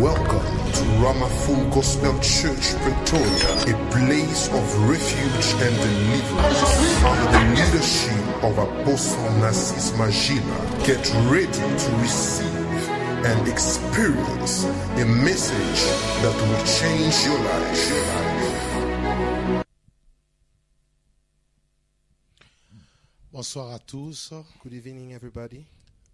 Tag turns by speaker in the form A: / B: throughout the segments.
A: Welcome to Ramaful Gospel Church, Pretoria, a place of refuge and deliverance under the leadership of Apostle Narcis Magina. Get ready to receive and experience a message that will change your life.
B: Bonsoir à tous.
C: Good evening, everybody.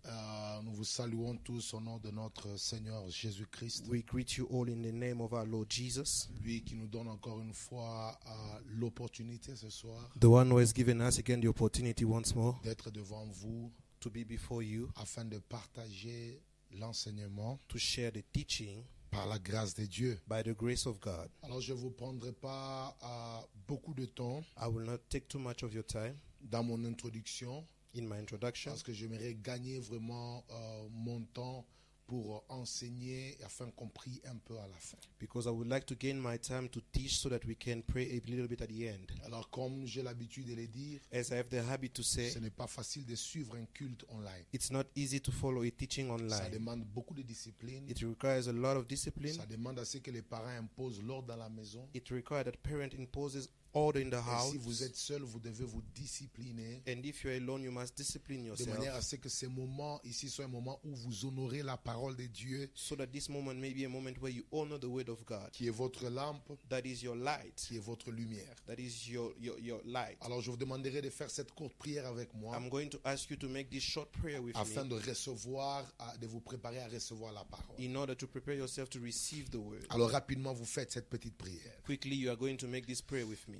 B: Euh, nous vous saluons tous au nom de notre Seigneur Jésus-Christ.
C: We greet you all in the name of our Lord Jesus.
B: Lui qui nous donne encore une fois euh, l'opportunité ce soir.
C: The one who has given us again the opportunity once more.
B: D'être devant vous.
C: To be before you.
B: Afin de partager l'enseignement.
C: To share the teaching.
B: Par la grâce de Dieu.
C: By the grace of God.
B: Alors je ne vous prendrai pas euh, beaucoup de temps.
C: I will not take too much of your time.
B: Dans mon introduction.
C: In my introduction.
B: Parce que j'aimerais gagner vraiment euh, mon temps pour enseigner afin qu'on prie un peu à la fin.
C: Because I would like to gain my time to teach so that we can pray a little bit at the end.
B: Alors comme j'ai l'habitude de le dire,
C: as I have the habit to say,
B: ce n'est pas facile de suivre un culte online.
C: It's not easy to follow a teaching online.
B: Ça demande beaucoup de discipline.
C: It requires a lot of discipline.
B: Ça demande à ce que les parents imposent l'ordre dans la maison.
C: It requires that parent imposes order in the house.
B: Et si vous êtes seul, vous devez vous discipliner.
C: And if you're alone, you must discipline yourself.
B: De manière à ce que ces moments ici soient un moment où vous honorez la parole de Dieu.
C: So that this moment may be a moment where you honor the word of God.
B: Qui est votre lampe.
C: That is your light.
B: Qui est votre lumière.
C: That is your, your, your light.
B: Alors je vous demanderai de faire cette courte prière avec moi.
C: I'm going to ask you to make this short prayer with
B: afin
C: me.
B: de recevoir, de vous préparer à recevoir la parole.
C: In order to prepare yourself to receive the word.
B: Alors rapidement vous faites cette petite prière.
C: Quickly you are going to make this prayer with me.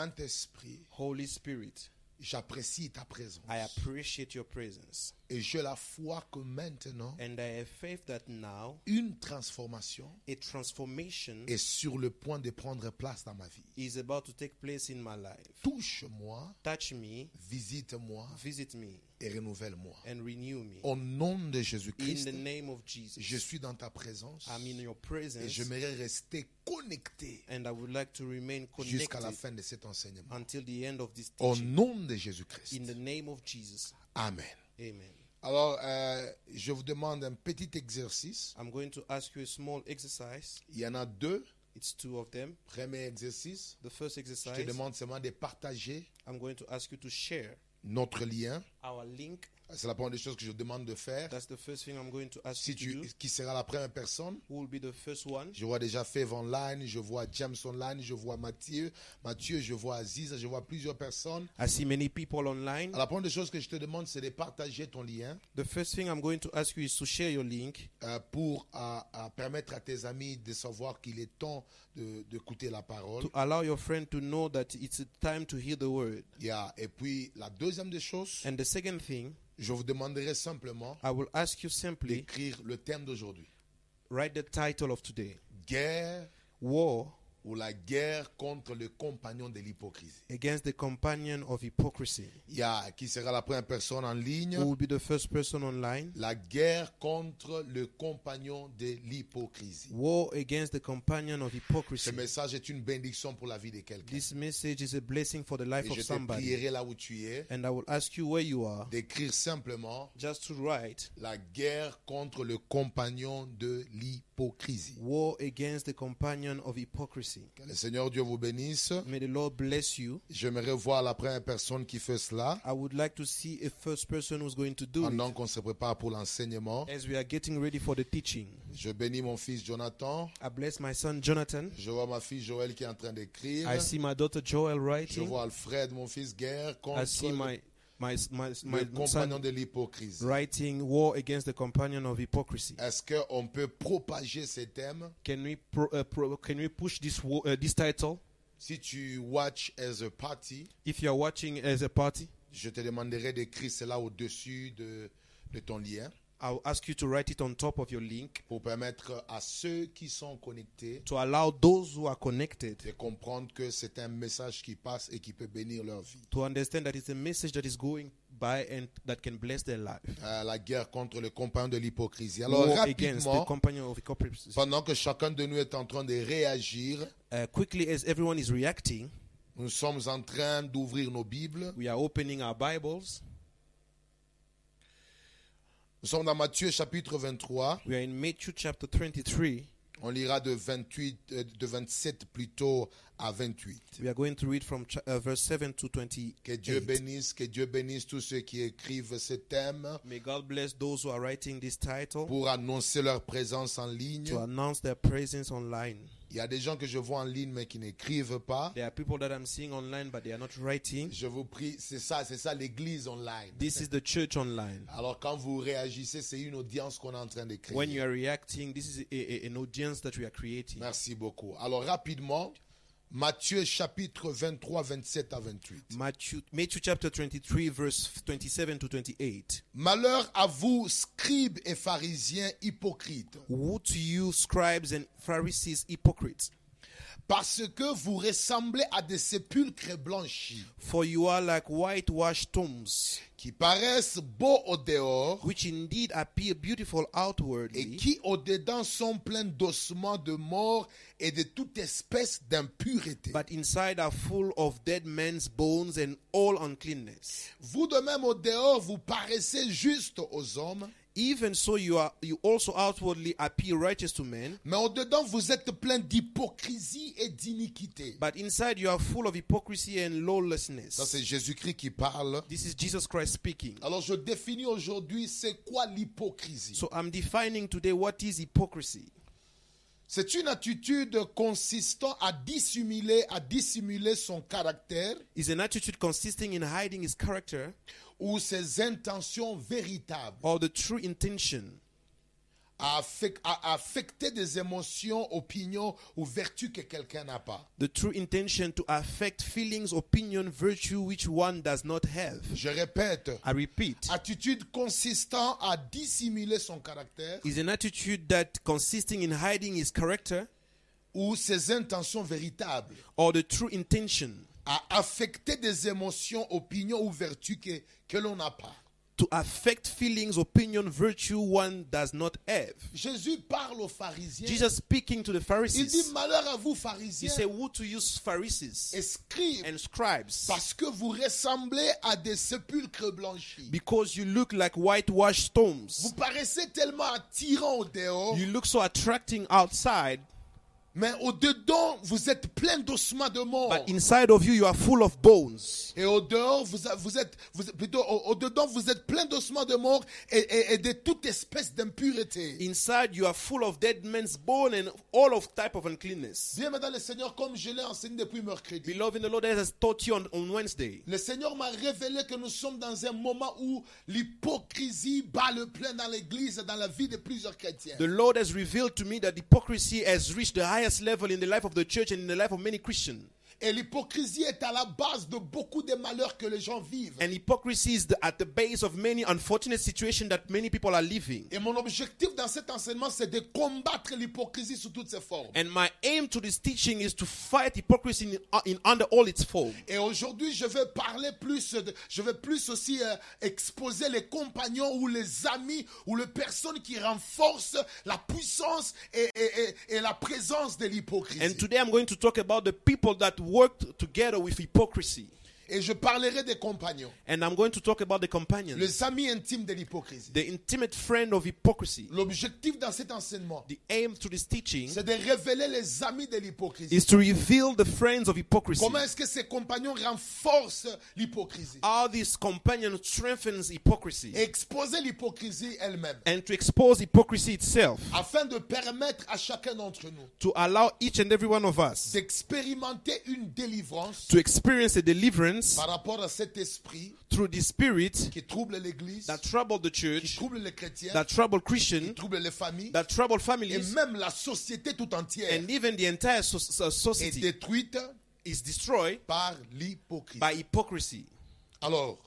B: Saint-Esprit,
C: Holy Spirit,
B: j'apprécie ta présence.
C: I appreciate your presence.
B: Et j'ai la foi que maintenant,
C: And I have faith that now,
B: une transformation
C: a transformation
B: est sur le point de prendre place dans ma vie.
C: is about to take place in my life.
B: Touche-moi,
C: Touch me,
B: visite-moi
C: visit me,
B: et renouvelle-moi.
C: and renew me.
B: Au nom de
C: In
B: Jésus-Christ,
C: the name of Jesus,
B: je suis dans ta présence
C: I'm in your
B: et
C: presence,
B: j'aimerais rester connecté
C: and I would like to remain
B: jusqu'à la
C: connected
B: fin de cet enseignement.
C: until the end of this
B: Au
C: teaching.
B: nom de
C: In
B: Jésus-Christ.
C: the name of Jesus,
B: Amen.
C: Amen.
B: Alors, euh, je vous demande un petit exercice.
C: I'm going to ask you a small exercise.
B: Il y en a deux.
C: It's two of them.
B: Premier exercice,
C: The first
B: je te
C: exercise,
B: demande seulement de partager
C: I'm going to ask you to share
B: notre lien.
C: our link
B: C'est la première des choses que je demande de faire.
C: That's the first thing I'm going to ask
B: Si
C: you to
B: tu,
C: do.
B: qui sera la première personne
C: Who will be the first one?
B: Je vois déjà Fev online, je vois James online, je vois Mathieu, Mathieu, je vois Aziz, je vois plusieurs personnes.
C: I see many people online.
B: Alors, la première des choses que je te demande, c'est de partager ton lien
C: The first thing I'm going to ask you is to share your link
B: euh, pour euh, euh, permettre à tes amis de savoir qu'il est temps de- d'écouter la parole.
C: to allow your friend to know that it's time to hear the word.
B: Yeah. Et puis, la deuxième des choses,
C: And the second thing,
B: je vous demanderai simplement
C: I will ask you simply
B: d'écrire le thème d'aujourd'hui.
C: write the title of today.
B: Guerre
C: War
B: ou la guerre contre le compagnon de l'hypocrisie.
C: against the companion of hypocrisy.
B: Il y a qui sera la première personne en ligne.
C: Who will be the first person online?
B: La guerre contre le compagnon de l'hypocrisie.
C: War against the companion of
B: Ce
C: hypocrisy.
B: message est une bénédiction pour la vie de quelqu'un.
C: This message is a blessing for the life
B: Et
C: of
B: je te
C: somebody.
B: prierai là où tu es
C: And I will ask you where you are
B: d'écrire simplement
C: just to write
B: la guerre contre le compagnon de l'hypocrisie.
C: war against the companion of hypocrisy.
B: Que le Seigneur Dieu vous bénisse.
C: May the Lord bless you.
B: J'aimerais voir la première personne qui fait cela
C: I would like to see a first person who's going to do
B: pendant
C: it
B: qu'on se prépare pour l'enseignement.
C: as we are getting ready for the teaching.
B: Je bénis mon fils Jonathan.
C: I bless my son Jonathan.
B: Je vois ma fille Joël qui est en train d'écrire.
C: I see my daughter Joel
B: Je
C: writing.
B: vois Alfred, mon fils, guerre contre
C: I see my my my,
B: le
C: my
B: compagnon
C: son
B: de l'hypocrisie.
C: writing war against the companion of hypocrisy.
B: Est-ce qu'on peut propager ces thèmes
C: Can we pro, uh, pro, can we push this war, uh, this title?
B: Si tu watch as a party,
C: If you are watching as a party,
B: je te demanderai d'écrire cela au-dessus de, de ton lien
C: I'll ask you to write it on top of your link
B: pour permettre à ceux qui sont connectés
C: to allow those who are connected
B: de comprendre que c'est un message qui passe et qui peut bénir leur vie.
C: to understand that it's a message that is going by and that can bless their life.
B: Euh, la guerre contre le compagnon de l'hypocrisie. Alors
C: War against the
B: rapidement,
C: companion of hypocrisy.
B: pendant que chacun de nous est en train de réagir,
C: Uh, quickly as everyone is reacting,
B: nous sommes en train d'ouvrir nos Bibles
C: we are opening our Bibles
B: Nous sommes dans Matthieu chapitre 23.
C: We are in Matthew chapter 23.
B: On lira de 28, euh, de 27 plutôt à 28.
C: We are going to read from cha- uh, verse 7 to
B: Que Dieu
C: 28.
B: bénisse, que Dieu bénisse tous ceux qui écrivent ce thème
C: May God bless those who are writing this title
B: pour annoncer leur présence en ligne.
C: to announce their presence online.
B: Il y a des gens que je vois en ligne mais qui n'écrivent pas.
C: There are people that I'm seeing online, but they are not writing.
B: Je vous prie, c'est ça, c'est ça l'église online.
C: This is the church online.
B: Alors quand vous réagissez, c'est une audience qu'on est en train de créer.
C: When you are reacting, this is a, a- an audience that we are creating.
B: Merci beaucoup. Alors rapidement, Matthieu chapitre 23, 27 à 28.
C: Matthew, Matthew chapter 23, verse 27 to 28.
B: Malheur à vous, scribes et pharisiens hypocrites,
C: Woe to you, scribes and Pharisees, hypocrites!
B: parce que vous ressemblez à des sépulcres blanchis
C: For you are like whitewashed tombs,
B: qui paraissent beaux au dehors
C: which indeed appear beautiful
B: et
C: outwardly,
B: qui au dedans sont pleins d'ossements de mort et de toute espèce d'impureté.
C: but inside are full of dead men's bones and all uncleanness.
B: Vous de même au dehors, vous paraissez juste aux hommes,
C: Even so, you are you also outwardly appear righteous to men,
B: mais au dedans vous êtes plein d'hypocrisie et d'iniquité.
C: but inside you are full of hypocrisy and
B: Ça
C: lawlessness.
B: c'est Jésus-Christ qui parle.
C: This is Jesus Christ speaking.
B: Alors je définis aujourd'hui c'est quoi l'hypocrisie.
C: So I'm defining today what is hypocrisy.
B: C'est une attitude consistant à dissimuler, à dissimuler son caractère
C: It's an attitude consisting in hiding his character
B: ou ses intentions véritables,
C: or the true intention
B: à, affec- à affecter des émotions, opinions ou vertus que quelqu'un n'a pas.
C: the true intention to affect feelings, opinion, virtue which one does not have.
B: Je répète,
C: I repeat,
B: attitude consistant à dissimuler son caractère
C: is an attitude that consisting in hiding his character
B: ou ses intentions véritables,
C: or the true intention
B: à affecter des émotions, opinions ou vertus que, que l'on n'a pas.
C: to affect feelings, opinion, virtue one does not have.
B: Jésus parle aux pharisiens.
C: Jesus speaking to the
B: il dit
C: Pharisees,
B: malheur à vous
C: he
B: pharisiens
C: said, "Woe to you, Pharisees
B: et scribes
C: and scribes,
B: parce que vous ressemblez à des sépulcres blanchis.
C: because you look like whitewashed
B: Vous
C: tombs.
B: paraissez tellement attirant au dehors,
C: You look so attracting outside."
B: mais au dedans vous êtes plein d'ossements de mort.
C: But inside of you, you are full of bones.
B: Et au dehors, vous, a- vous êtes, vous êtes- plutôt au, au dedans, vous êtes plein d'ossements de mort et, et- et de toute espèce d'impureté.
C: Inside, you are full of dead men's bone and all of type of uncleanness.
B: Bien, maintenant, le Seigneur, comme je l'ai enseigné depuis mercredi,
C: Beloved in the Lord, as I taught you on, on Wednesday,
B: le Seigneur m'a révélé que nous sommes dans un moment où l'hypocrisie bat le plein dans l'église et dans la vie de plusieurs chrétiens.
C: the Lord has revealed to me that hypocrisy has reached the highest level in the life of the church and in the life of many Christians.
B: Et l'hypocrisie est à la base de beaucoup des malheurs que les gens vivent.
C: And hypocrisy is the, at the base of many unfortunate situations that many people are living.
B: Et mon objectif dans cet enseignement, c'est de combattre l'hypocrisie sous toutes ses formes.
C: And my aim to this teaching is to fight hypocrisy in, uh, in under all its form.
B: Et aujourd'hui, je vais parler plus, de- je vais plus aussi euh, exposer les compagnons ou les amis ou les personnes qui renforcent la puissance et, et- et- et la présence de
C: And
B: l'hypocrisie.
C: today I'm going to talk about the people that worked together with hypocrisy.
B: Et je parlerai des compagnons,
C: And I'm going to talk about the companions.
B: les amis intimes de l'hypocrisie.
C: the intimate friend of hypocrisy.
B: L'objectif dans cet enseignement,
C: The aim to this teaching
B: c'est de révéler les amis de l'hypocrisie.
C: is to reveal the friends of hypocrisy.
B: Comment est-ce que ces compagnons renforcent l'hypocrisie
C: How this companion strengthens hypocrisy
B: et exposer l'hypocrisie elle-même
C: and to expose hypocrisy itself
B: afin de permettre à chacun d'entre nous
C: to allow each and every one of us
B: d'expérimenter une délivrance
C: to experience a deliverance
B: par rapport à cet esprit
C: through the spirit
B: qui trouble l'Église,
C: that troubled the
B: qui
C: church,
B: trouble les chrétiens,
C: that troubled Christian,
B: qui trouble les familles,
C: that troubled
B: et
C: families,
B: même la société tout entière
C: and even the entire so- so-
B: est
C: society
B: détruite
C: is destroyed
B: par l'hypocrisie.
C: by hypocrisy.
B: Alors,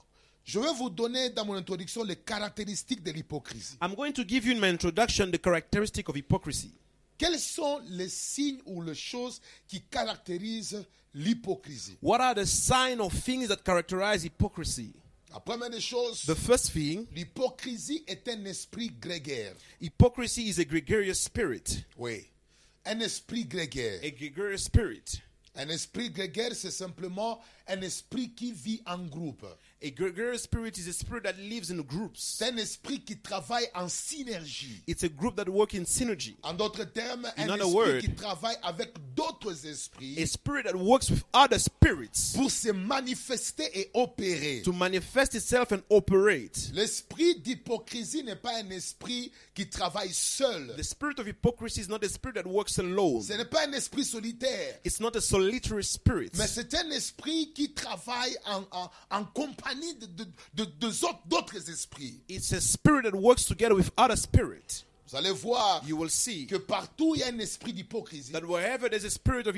B: je vais vous donner dans mon introduction les caractéristiques de l'hypocrisie.
C: I'm going to give you in my introduction the characteristic of hypocrisy.
B: Quels sont les signes ou les choses qui caractérisent l'hypocrisie
C: What are the sign of things that characterize hypocrisy?
B: La première des choses,
C: The first thing,
B: l'hypocrisie est un esprit grégaire.
C: hypocrisy is a gregarious spirit.
B: Oui. Un esprit grégaire.
C: A gregarious spirit.
B: Un esprit grégaire, c'est simplement un esprit qui vit en groupe.
C: A gregarious spirit is a spirit that lives in groups.
B: C'est un esprit qui travaille en synergie.
C: It's a group that works in synergy.
B: En d'autres termes, un
C: In other
B: esprit
C: word,
B: qui travaille avec d'autres
C: A
B: esprits
C: spirit that works with other spirits
B: pour se manifester et opérer.
C: to manifest itself and operate.
B: L'esprit d'hypocrisie n'est pas un esprit qui travaille seul.
C: The spirit of hypocrisy is not a spirit that works alone.
B: Ce n'est pas un esprit solitaire.
C: It's not a solitary spirit.
B: Mais c'est un esprit qui travaille en, en- en compagnie de- de- de- de autres- d'autres esprits.
C: It's a spirit that works together with other spirit.
B: Vous allez voir
C: You will see
B: que partout il y a un esprit d'hypocrisie.
C: that wherever there's a spirit of
B: Il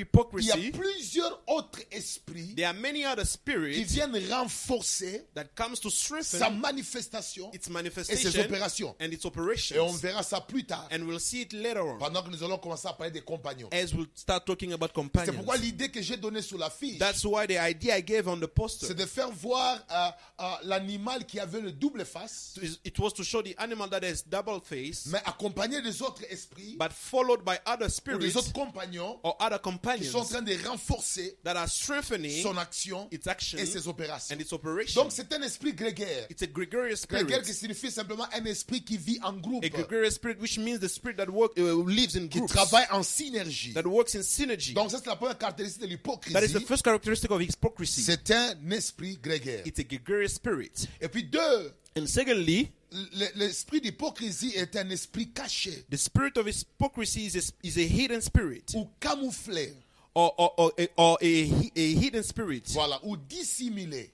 B: y a
C: hypocrisy,
B: plusieurs autres esprits
C: there are many other
B: qui
C: spirits
B: viennent renforcer
C: that comes to
B: sa
C: strengthen
B: manifestation et
C: its
B: ses
C: manifestation
B: opérations.
C: and its
B: Et on
C: operations.
B: verra ça plus tard,
C: And we'll see it later on
B: pendant que nous allons commencer à parler des compagnons.
C: as we'll start talking about
B: C'est
C: companions.
B: pourquoi l'idée que j'ai donnée sur la fille,
C: That's why the idea I gave on the poster
B: c'est de faire voir euh, euh, l'animal qui avait le double face,
C: is- it was to show the animal that has double face,
B: mais accompagné des autres esprits
C: but followed by other
B: ou des
C: spirits
B: autres compagnons
C: or other
B: qui sont en
C: companions
B: train de renforcer
C: that are strengthening
B: son action
C: its action
B: et ses opérations.
C: and its operation.
B: Donc c'est un esprit grégaire.
C: It's a gregarious
B: Grégaire
C: spirit.
B: qui signifie simplement un esprit qui vit en groupe,
C: A gregarious spirit, which means the spirit that work, uh, lives in
B: qui
C: groups,
B: travaille en synergie.
C: that works in synergy.
B: Donc ça c'est la première caractéristique de
C: that is the
B: l'hypocrisie.
C: first characteristic of hypocrisy.
B: C'est un esprit grégaire.
C: It's a gregarious spirit.
B: Et puis deux,
C: And secondly,
B: l- l'esprit d'hypocrisie est un esprit caché
C: the spirit of hypocrisy is a, is a hidden spirit
B: ou camouflé,
C: or, or, or, a- or a, hi- a hidden spirit,
B: voilà, ou dissimulé.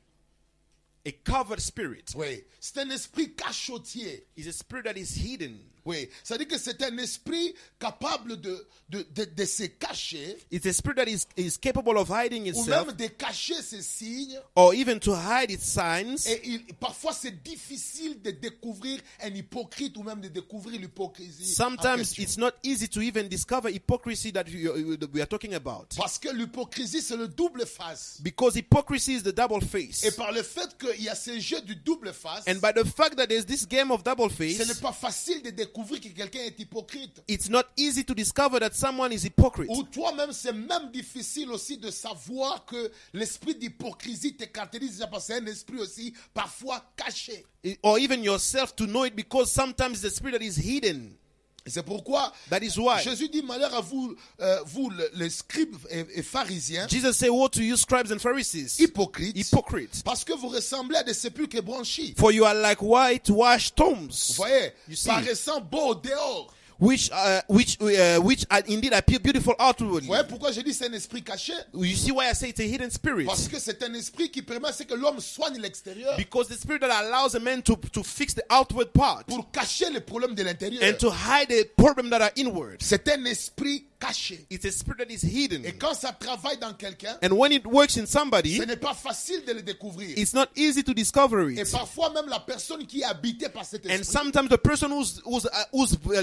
C: a covered spirit.
B: Oui, c'est un esprit cachotier.
C: It's a spirit that is hidden.
B: Oui, ça veut dire que c'est un esprit capable de, de, de, de se cacher
C: It's a spirit that is, is capable of hiding
B: ou
C: itself
B: même de cacher ses signes.
C: or even to hide its signs.
B: Et il- parfois, c'est difficile de découvrir un hypocrite ou même de découvrir l'hypocrisie. en
C: Sometimes
B: question.
C: it's not easy to even discover hypocrisy that you- that we are talking about.
B: Parce que l'hypocrisie, c'est le double face.
C: Because hypocrisy is the double
B: Et
C: face.
B: par le fait qu'il y a ce jeu du double face,
C: And by the fact that there's this game of double
B: ce n'est
C: face,
B: pas facile de découvrir que quelqu'un est hypocrite.
C: it's not easy to discover that someone is hypocrite.
B: Ou toi-même, c'est même difficile aussi de savoir que l'esprit d'hypocrisie te caractérise déjà parce que c'est un esprit aussi parfois caché.
C: I- Or even yourself to know it because sometimes the spirit that is hidden.
B: Et C'est pourquoi
C: That is why
B: Jésus dit malheur à vous, euh, vous le- les scribes et, et pharisiens,
C: Jesus said, Woe to you, scribes and Pharisees,
B: hypocrites,
C: hypocrites,
B: parce que vous ressemblez à des sépulcres bronchis.
C: for you are like whitewashed
B: Vous
C: tombs,
B: voyez,
C: You see.
B: paraissant beaux au dehors.
C: which uh, which uh, which are indeed appear beautiful outwardly.
B: Vous voyez pourquoi je dis c'est un esprit caché
C: You see why I say it's a hidden spirit.
B: Parce que c'est un esprit qui permet à ce que l'homme soigne l'extérieur
C: Because the spirit that allows a man to, to fix the outward part
B: pour cacher les problèmes de l'intérieur.
C: and to hide the problem that are inward.
B: C'est un esprit caché.
C: It's a spirit that is hidden.
B: Et quand ça travaille dans quelqu'un,
C: And when it works in
B: ce
C: somebody,
B: n'est pas facile de le découvrir.
C: it's not easy to discover
B: Et
C: it.
B: parfois même la personne qui est habitée par cet
C: And
B: esprit
C: sometimes the person who's who's, uh, who's uh,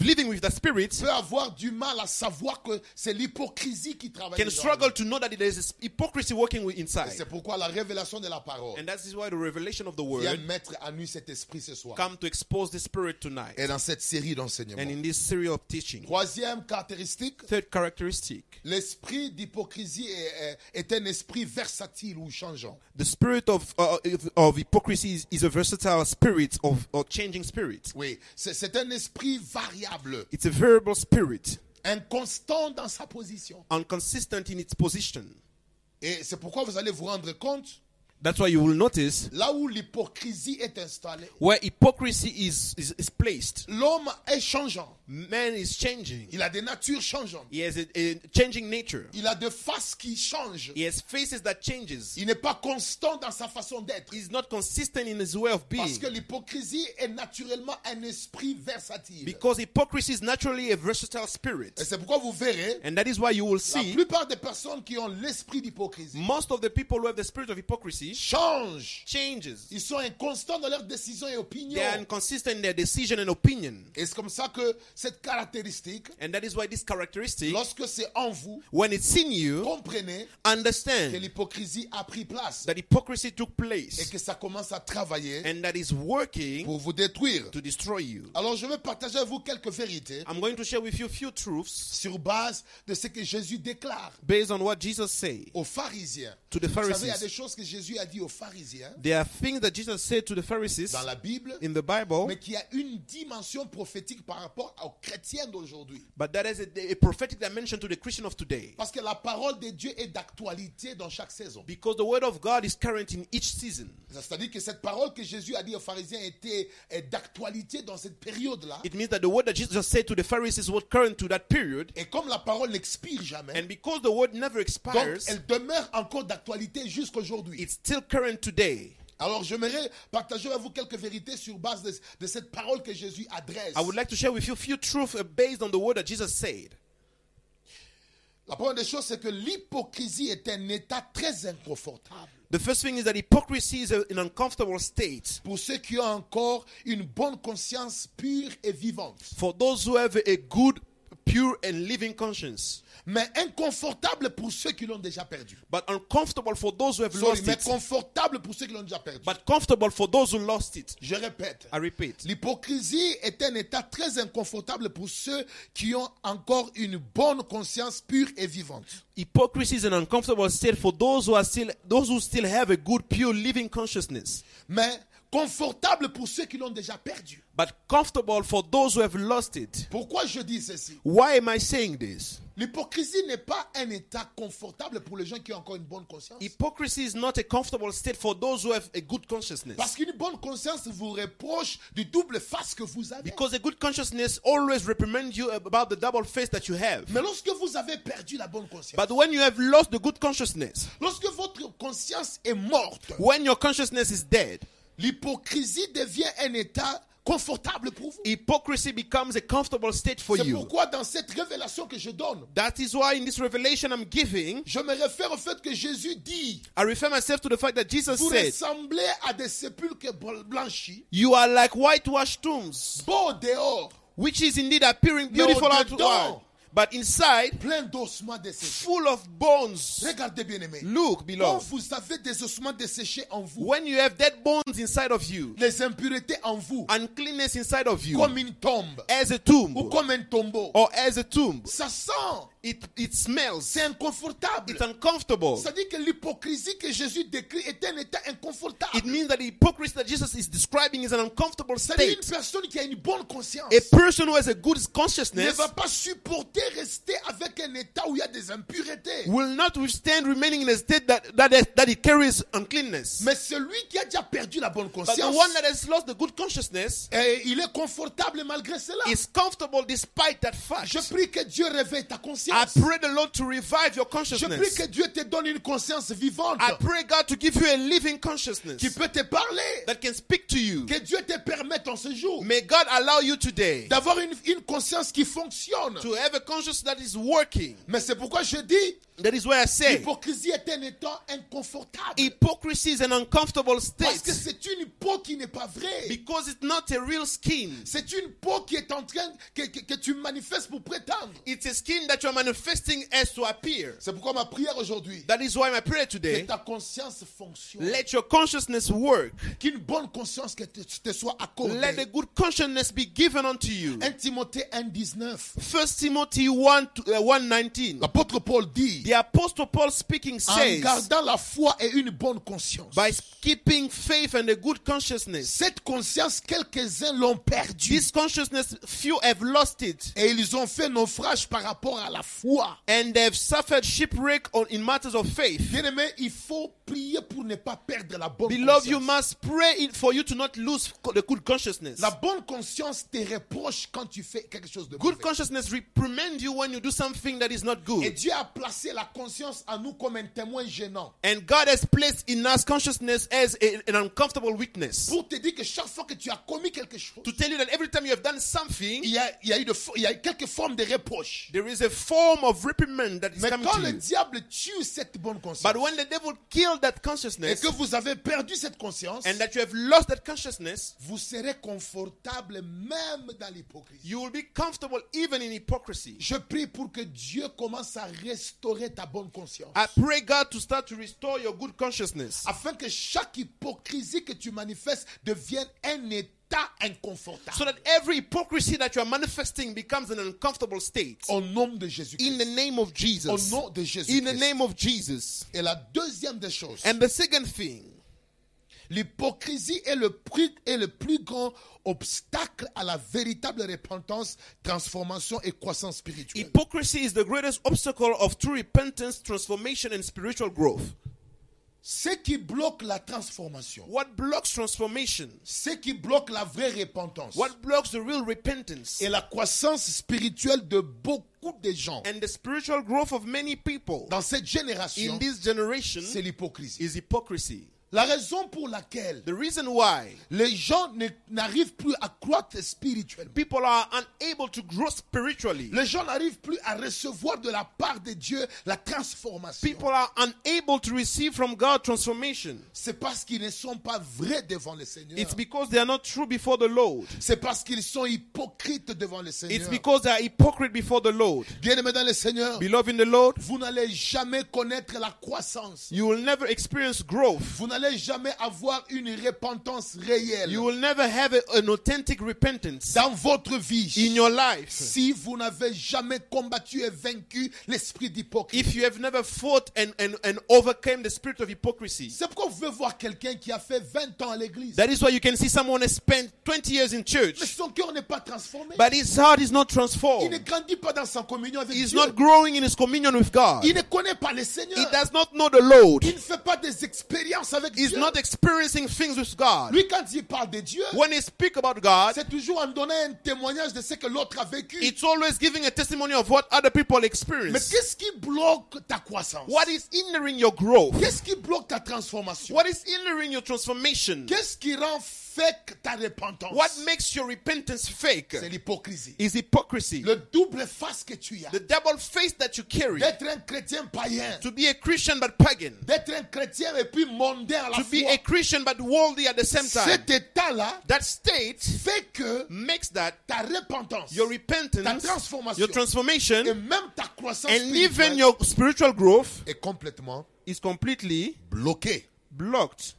C: living with the spirit
B: peut avoir du mal à savoir que c'est l'hypocrisie qui travaille.
C: can
B: dedans.
C: struggle to know that there is hypocrisy working with
B: Et
C: inside.
B: c'est pourquoi la révélation de la parole
C: And that is why the revelation of the
B: vient
C: word
B: mettre à nu cet esprit ce soir.
C: come to expose the spirit tonight.
B: Et dans cette série
C: And
B: d'enseignements.
C: in this series of teaching,
B: Troisième caractéristique,
C: third characteristic,
B: l'esprit d'hypocrisie est, est- est un esprit versatile ou changeant.
C: the spirit of uh, of- of hypocrisy is, is a versatile spirit of or changing spirit.
B: Oui, c'est- c'est un esprit variable,
C: It's a variable spirit,
B: inconstant dans sa position.
C: inconsistent in its position.
B: Et c'est pourquoi vous allez vous rendre compte,
C: That's why you will notice
B: là où l'hypocrisie est installée,
C: where hypocrisy is is, is placed.
B: l'homme est changeant.
C: Man is changing.
B: Il a des natures changeantes.
C: He has a, a changing nature.
B: Il a des faces qui changent.
C: He has faces that changes.
B: Il n'est pas constant dans sa façon d'être.
C: He's not consistent in his way of being.
B: Parce que l'hypocrisie est naturellement un esprit versatile.
C: Because hypocrisy is naturally a versatile
B: Et
C: spirit.
B: c'est pourquoi vous verrez,
C: And that is why you will
B: la
C: see
B: plupart des personnes qui ont l'esprit d'hypocrisie
C: most of the people who have the spirit of hypocrisy
B: changent.
C: changes.
B: Ils sont inconstants dans leurs décisions et
C: They are
B: opinions.
C: inconsistent in their decision and opinion.
B: Et c'est comme ça que cette caractéristique,
C: And that is why this characteristic,
B: lorsque c'est en vous,
C: when it's in you,
B: comprenez que
C: understand
B: l'hypocrisie a pris place
C: that hypocrisy took
B: et
C: place
B: que ça commence à travailler
C: and that is working
B: pour vous détruire.
C: to destroy you.
B: Alors je vais partager avec vous quelques vérités
C: I'm going to share with you a few truths
B: sur base de ce que Jésus déclare
C: based on what Jesus said
B: aux pharisiens.
C: to the
B: Vous savez, il y a des
C: Pharisees.
B: choses que Jésus a dit aux pharisiens
C: There are things that Jesus said to the Pharisees
B: dans la Bible,
C: in the Bible,
B: mais qui a une dimension prophétique par rapport aux chrétiens d'aujourd'hui.
C: but that is a, a prophetic dimension to the Christian of today.
B: Parce que la parole de Dieu est d'actualité dans chaque saison.
C: Because the word of God is current in each season.
B: C'est-à-dire que cette parole que Jésus a dit aux pharisiens était est d'actualité dans cette période-là.
C: It means that the word that Jesus said to the Pharisees was current to that period.
B: Et comme la parole n'expire jamais,
C: And because the word never
B: donc
C: expires,
B: elle demeure encore d'actualité jusqu'aujourd'hui.
C: it's still current today.
B: Alors j'aimerais partager avec vous quelques vérités sur base de, de cette parole que Jésus adresse.
C: I would like to share with you a few truths uh, based on the word that Jesus said.
B: La première des choses, c'est que l'hypocrisie est un état très inconfortable
C: The first thing is that hypocrisy is a- an uncomfortable state
B: pour ceux qui ont encore une bonne conscience pure et vivante.
C: for those who have a good, pure, and living conscience,
B: mais inconfortable pour ceux qui l'ont déjà perdu.
C: but uncomfortable for those who have
B: Sorry,
C: lost
B: mais
C: it,
B: confortable pour ceux qui l'ont déjà perdu.
C: but comfortable for those who lost it.
B: Je répète,
C: I repeat.
B: l'hypocrisie est un état très inconfortable pour ceux qui ont encore une bonne conscience pure et vivante.
C: Hypocrisy is an uncomfortable state for those who are still those who still have a good, pure, living consciousness,
B: Mais confortable pour ceux qui l'ont déjà perdu.
C: but comfortable for those who have lost it.
B: Pourquoi je dis ceci
C: Why am I saying this?
B: L'hypocrisie n'est pas un état confortable pour les gens qui ont encore une bonne conscience.
C: Hypocrisy is not a comfortable state for those who have a good
B: Parce
C: consciousness.
B: qu'une bonne conscience vous reproche du double face que vous avez.
C: Because a good consciousness always reprimands you about the double face that you have.
B: Mais lorsque vous avez perdu la bonne conscience,
C: But when you have lost the good consciousness,
B: lorsque votre conscience est morte,
C: when your consciousness is dead,
B: L'hypocrisie devient un état confortable pour vous.
C: hypocrisy becomes a comfortable state for
B: C'est
C: you.
B: pourquoi dans cette révélation que je donne,
C: That is why in this revelation I'm giving,
B: je me réfère au fait que Jésus dit,
C: I refer myself to the fact that Jesus
B: vous
C: said,
B: ressemblez à des sépulcres bl- blanchis,
C: You are like whitewashed tombs,
B: beaux dehors,
C: which is indeed appearing
B: No,
C: beautiful
B: the
C: outward,
B: door.
C: but inside
B: plein d'ossements desséchés.
C: full of bones.
B: Regardez bien aimé.
C: Look,
B: Quand
C: beloved,
B: vous avez des ossements desséchés en vous,
C: when you have dead bones inside of you,
B: les impuretés en vous,
C: uncleanness inside of you,
B: comme une tombe
C: as a
B: ou
C: tomb
B: comme un tombeau,
C: or as a tomb,
B: ça sent,
C: it it smells.
B: c'est inconfortable.
C: It's uncomfortable.
B: Ça dit que l'hypocrisie que Jésus décrit est un état inconfortable.
C: It means that the hypocrisy that Jesus is describing is an uncomfortable
B: C'est une
C: state.
B: personne qui a une bonne conscience.
C: A person who has a good
B: ne
C: consciousness
B: va pas supporter rester avec un état où il y a des impuretés.
C: will not withstand remaining in a state that that, is- that it carries uncleanness.
B: Mais celui qui a déjà perdu la bonne
C: But the
B: conscience,
C: one that has lost the good consciousness
B: et il est confortable malgré cela.
C: is comfortable despite that fact.
B: Je prie que Dieu réveille ta
C: I
B: conscience.
C: pray the Lord to revive
B: Je
C: your
B: prie
C: consciousness.
B: que Dieu te donne une conscience vivante
C: I pray God to give you a living consciousness
B: qui peut te parler.
C: that can speak to you.
B: Que Dieu te permette en ce jour
C: May God allow you today
B: d'avoir une, une conscience qui fonctionne.
C: to have a consciousness that is working.
B: Mais c'est pourquoi je dis,
C: That is why I say
B: l'hypocrisie est un état inconfortable.
C: hypocrisy is an uncomfortable
B: Parce que
C: state
B: c'est une peau qui n'est pas vraie.
C: because it's not a real skin.
B: C'est une peau qui est en train que, que- que tu manifestes pour prétendre.
C: It's a skin that you're manifesting as to appear.
B: C'est pourquoi ma prière aujourd'hui,
C: That is why my prayer
B: que
C: today
B: ta conscience fonctionne,
C: let your consciousness work.
B: qu'une bonne conscience que te, te soit
C: Let the
B: accordée.
C: good consciousness be given unto you.
B: 1 Timothée 1, 19.
C: First Timothy 1 to- uh, 119.
B: L'apôtre Paul dit,
C: The apostle Paul speaking
B: en
C: says
B: gardant la foi et une bonne conscience.
C: by keeping faith and a good consciousness.
B: Cette conscience, quelques-uns l'ont perdue
C: This consciousness few have lost it
B: et ils ont fait naufrage par rapport à la foi.
C: and they've suffered shipwreck on in matters of faith.
B: Bien-aimé, il faut prier pour ne pas perdre la bonne
C: Beloved, you
B: conscience.
C: must pray it for you to not lose co- the good consciousness.
B: La bonne conscience te reproche quand tu fais quelque chose de
C: Good
B: mauvais.
C: consciousness reprimand you when you do something that is not
B: Et
C: good.
B: Dieu a placé la conscience en nous comme un témoin gênant.
C: And God has placed in us consciousness as a- an uncomfortable weakness.
B: Pour te dire que chaque fois que tu as commis quelque chose,
C: To tell you that every time you have done something,
B: il y a, il y a eu de fo- il y a eu quelques formes de reproche.
C: there is a form of reprimand that is
B: Mais
C: coming
B: quand
C: to
B: le
C: you.
B: diable tue cette bonne conscience
C: But when the devil killed that
B: et
C: consciousness
B: que vous avez perdu cette conscience,
C: and that you have lost that consciousness,
B: vous serez confortable même dans l'hypocrisie.
C: you will be comfortable even in hypocrisy.
B: Je prie pour que Dieu commence à restaurer ta bonne conscience.
C: I pray God to start to restore your good consciousness.
B: afin que chaque hypocrisie que tu manifestes devienne un état inconfortable.
C: So that every hypocrisy that you are manifesting becomes an uncomfortable state.
B: au nom de Jésus.
C: In the name of
B: Au
C: Oh, Jesus.
B: nom de
C: In the
B: Jésus.
C: name of Jesus.
B: Et la deuxième des choses,
C: And the second thing,
B: l'hypocrisie est le plus est le plus grand obstacle à la véritable repentance, transformation et croissance spirituelle.
C: hypocrisy is the greatest obstacle of true repentance, transformation, and spiritual growth.
B: Ce qui bloque la transformation,
C: What blocks transformation?
B: ce qui bloque la vraie repentance
C: What blocks the real repentance?
B: et la croissance spirituelle de beaucoup de gens
C: And the spiritual growth of many people
B: dans cette
C: in
B: génération,
C: this generation
B: c'est l'hypocrisie.
C: is hypocrisy.
B: La raison pour laquelle
C: The reason why
B: Les gens ne- n'arrivent plus à croître spirituellement.
C: people are unable to grow spiritually,
B: Les gens n'arrivent plus à recevoir de la part de Dieu la transformation.
C: people are unable to receive from God transformation.
B: C'est parce qu'ils ne sont pas vrais devant le Seigneur.
C: It's because they are not true before the Lord.
B: C'est parce qu'ils sont hypocrites devant le Seigneur.
C: It's because they are hypocrite before the Lord.
B: Bien-aimés dans le Seigneur,
C: Beloved in the Lord,
B: vous n'allez jamais connaître la croissance.
C: you will never experience growth.
B: Vous n'allez jamais avoir une repentance réelle
C: You will never have a- an authentic repentance
B: dans votre
C: in
B: vie
C: your life
B: si vous n'avez jamais combattu et vaincu l'esprit d'hypocrisie.
C: if you have never fought and, and, and overcame the spirit of hypocrisy.
B: C'est pourquoi vous pouvez voir quelqu'un qui a fait 20 ans à l'église.
C: That is why you can see someone has spent 20 years in
B: Mais
C: church,
B: son cœur n'est pas transformé.
C: but his heart is not
B: il ne
C: transformed.
B: grandit pas dans sa communion avec
C: He's
B: Dieu.
C: not growing in his communion with God.
B: Il ne connaît pas le Seigneur.
C: He does not know the Lord.
B: Il ne fait pas des expériences avec
C: He's
B: Dieu.
C: not experiencing things with God.
B: Lui, quand il parle de Dieu,
C: When he speak about God,
B: c'est toujours en donnant un témoignage de ce que l'autre a vécu.
C: it's always giving a testimony of what other people
B: Mais
C: experience.
B: qu'est-ce qui bloque ta croissance
C: What is hindering your growth?
B: Qu'est-ce qui bloque ta transformation
C: What is hindering your transformation?
B: Qu'est-ce qui rend fake ta repentance
C: What makes your repentance fake
B: C'est l'hypocrisie.
C: is hypocrisy.
B: Le double face que tu as.
C: The double face that you carry
B: D'être un chrétien païen.
C: to be a Christian but pagan,
B: D'être un chrétien et puis mondain à la
C: to be
B: fois.
C: a Christian but worldly at the same time.
B: Cet état-là
C: That state
B: fait que
C: makes that
B: ta repentance
C: your repentance,
B: Ta transformation.
C: your
B: et
C: transformation,
B: même ta croissance
C: and even
B: spirituelle
C: your spiritual growth
B: est complètement
C: is completely
B: bloquée.
C: blocked.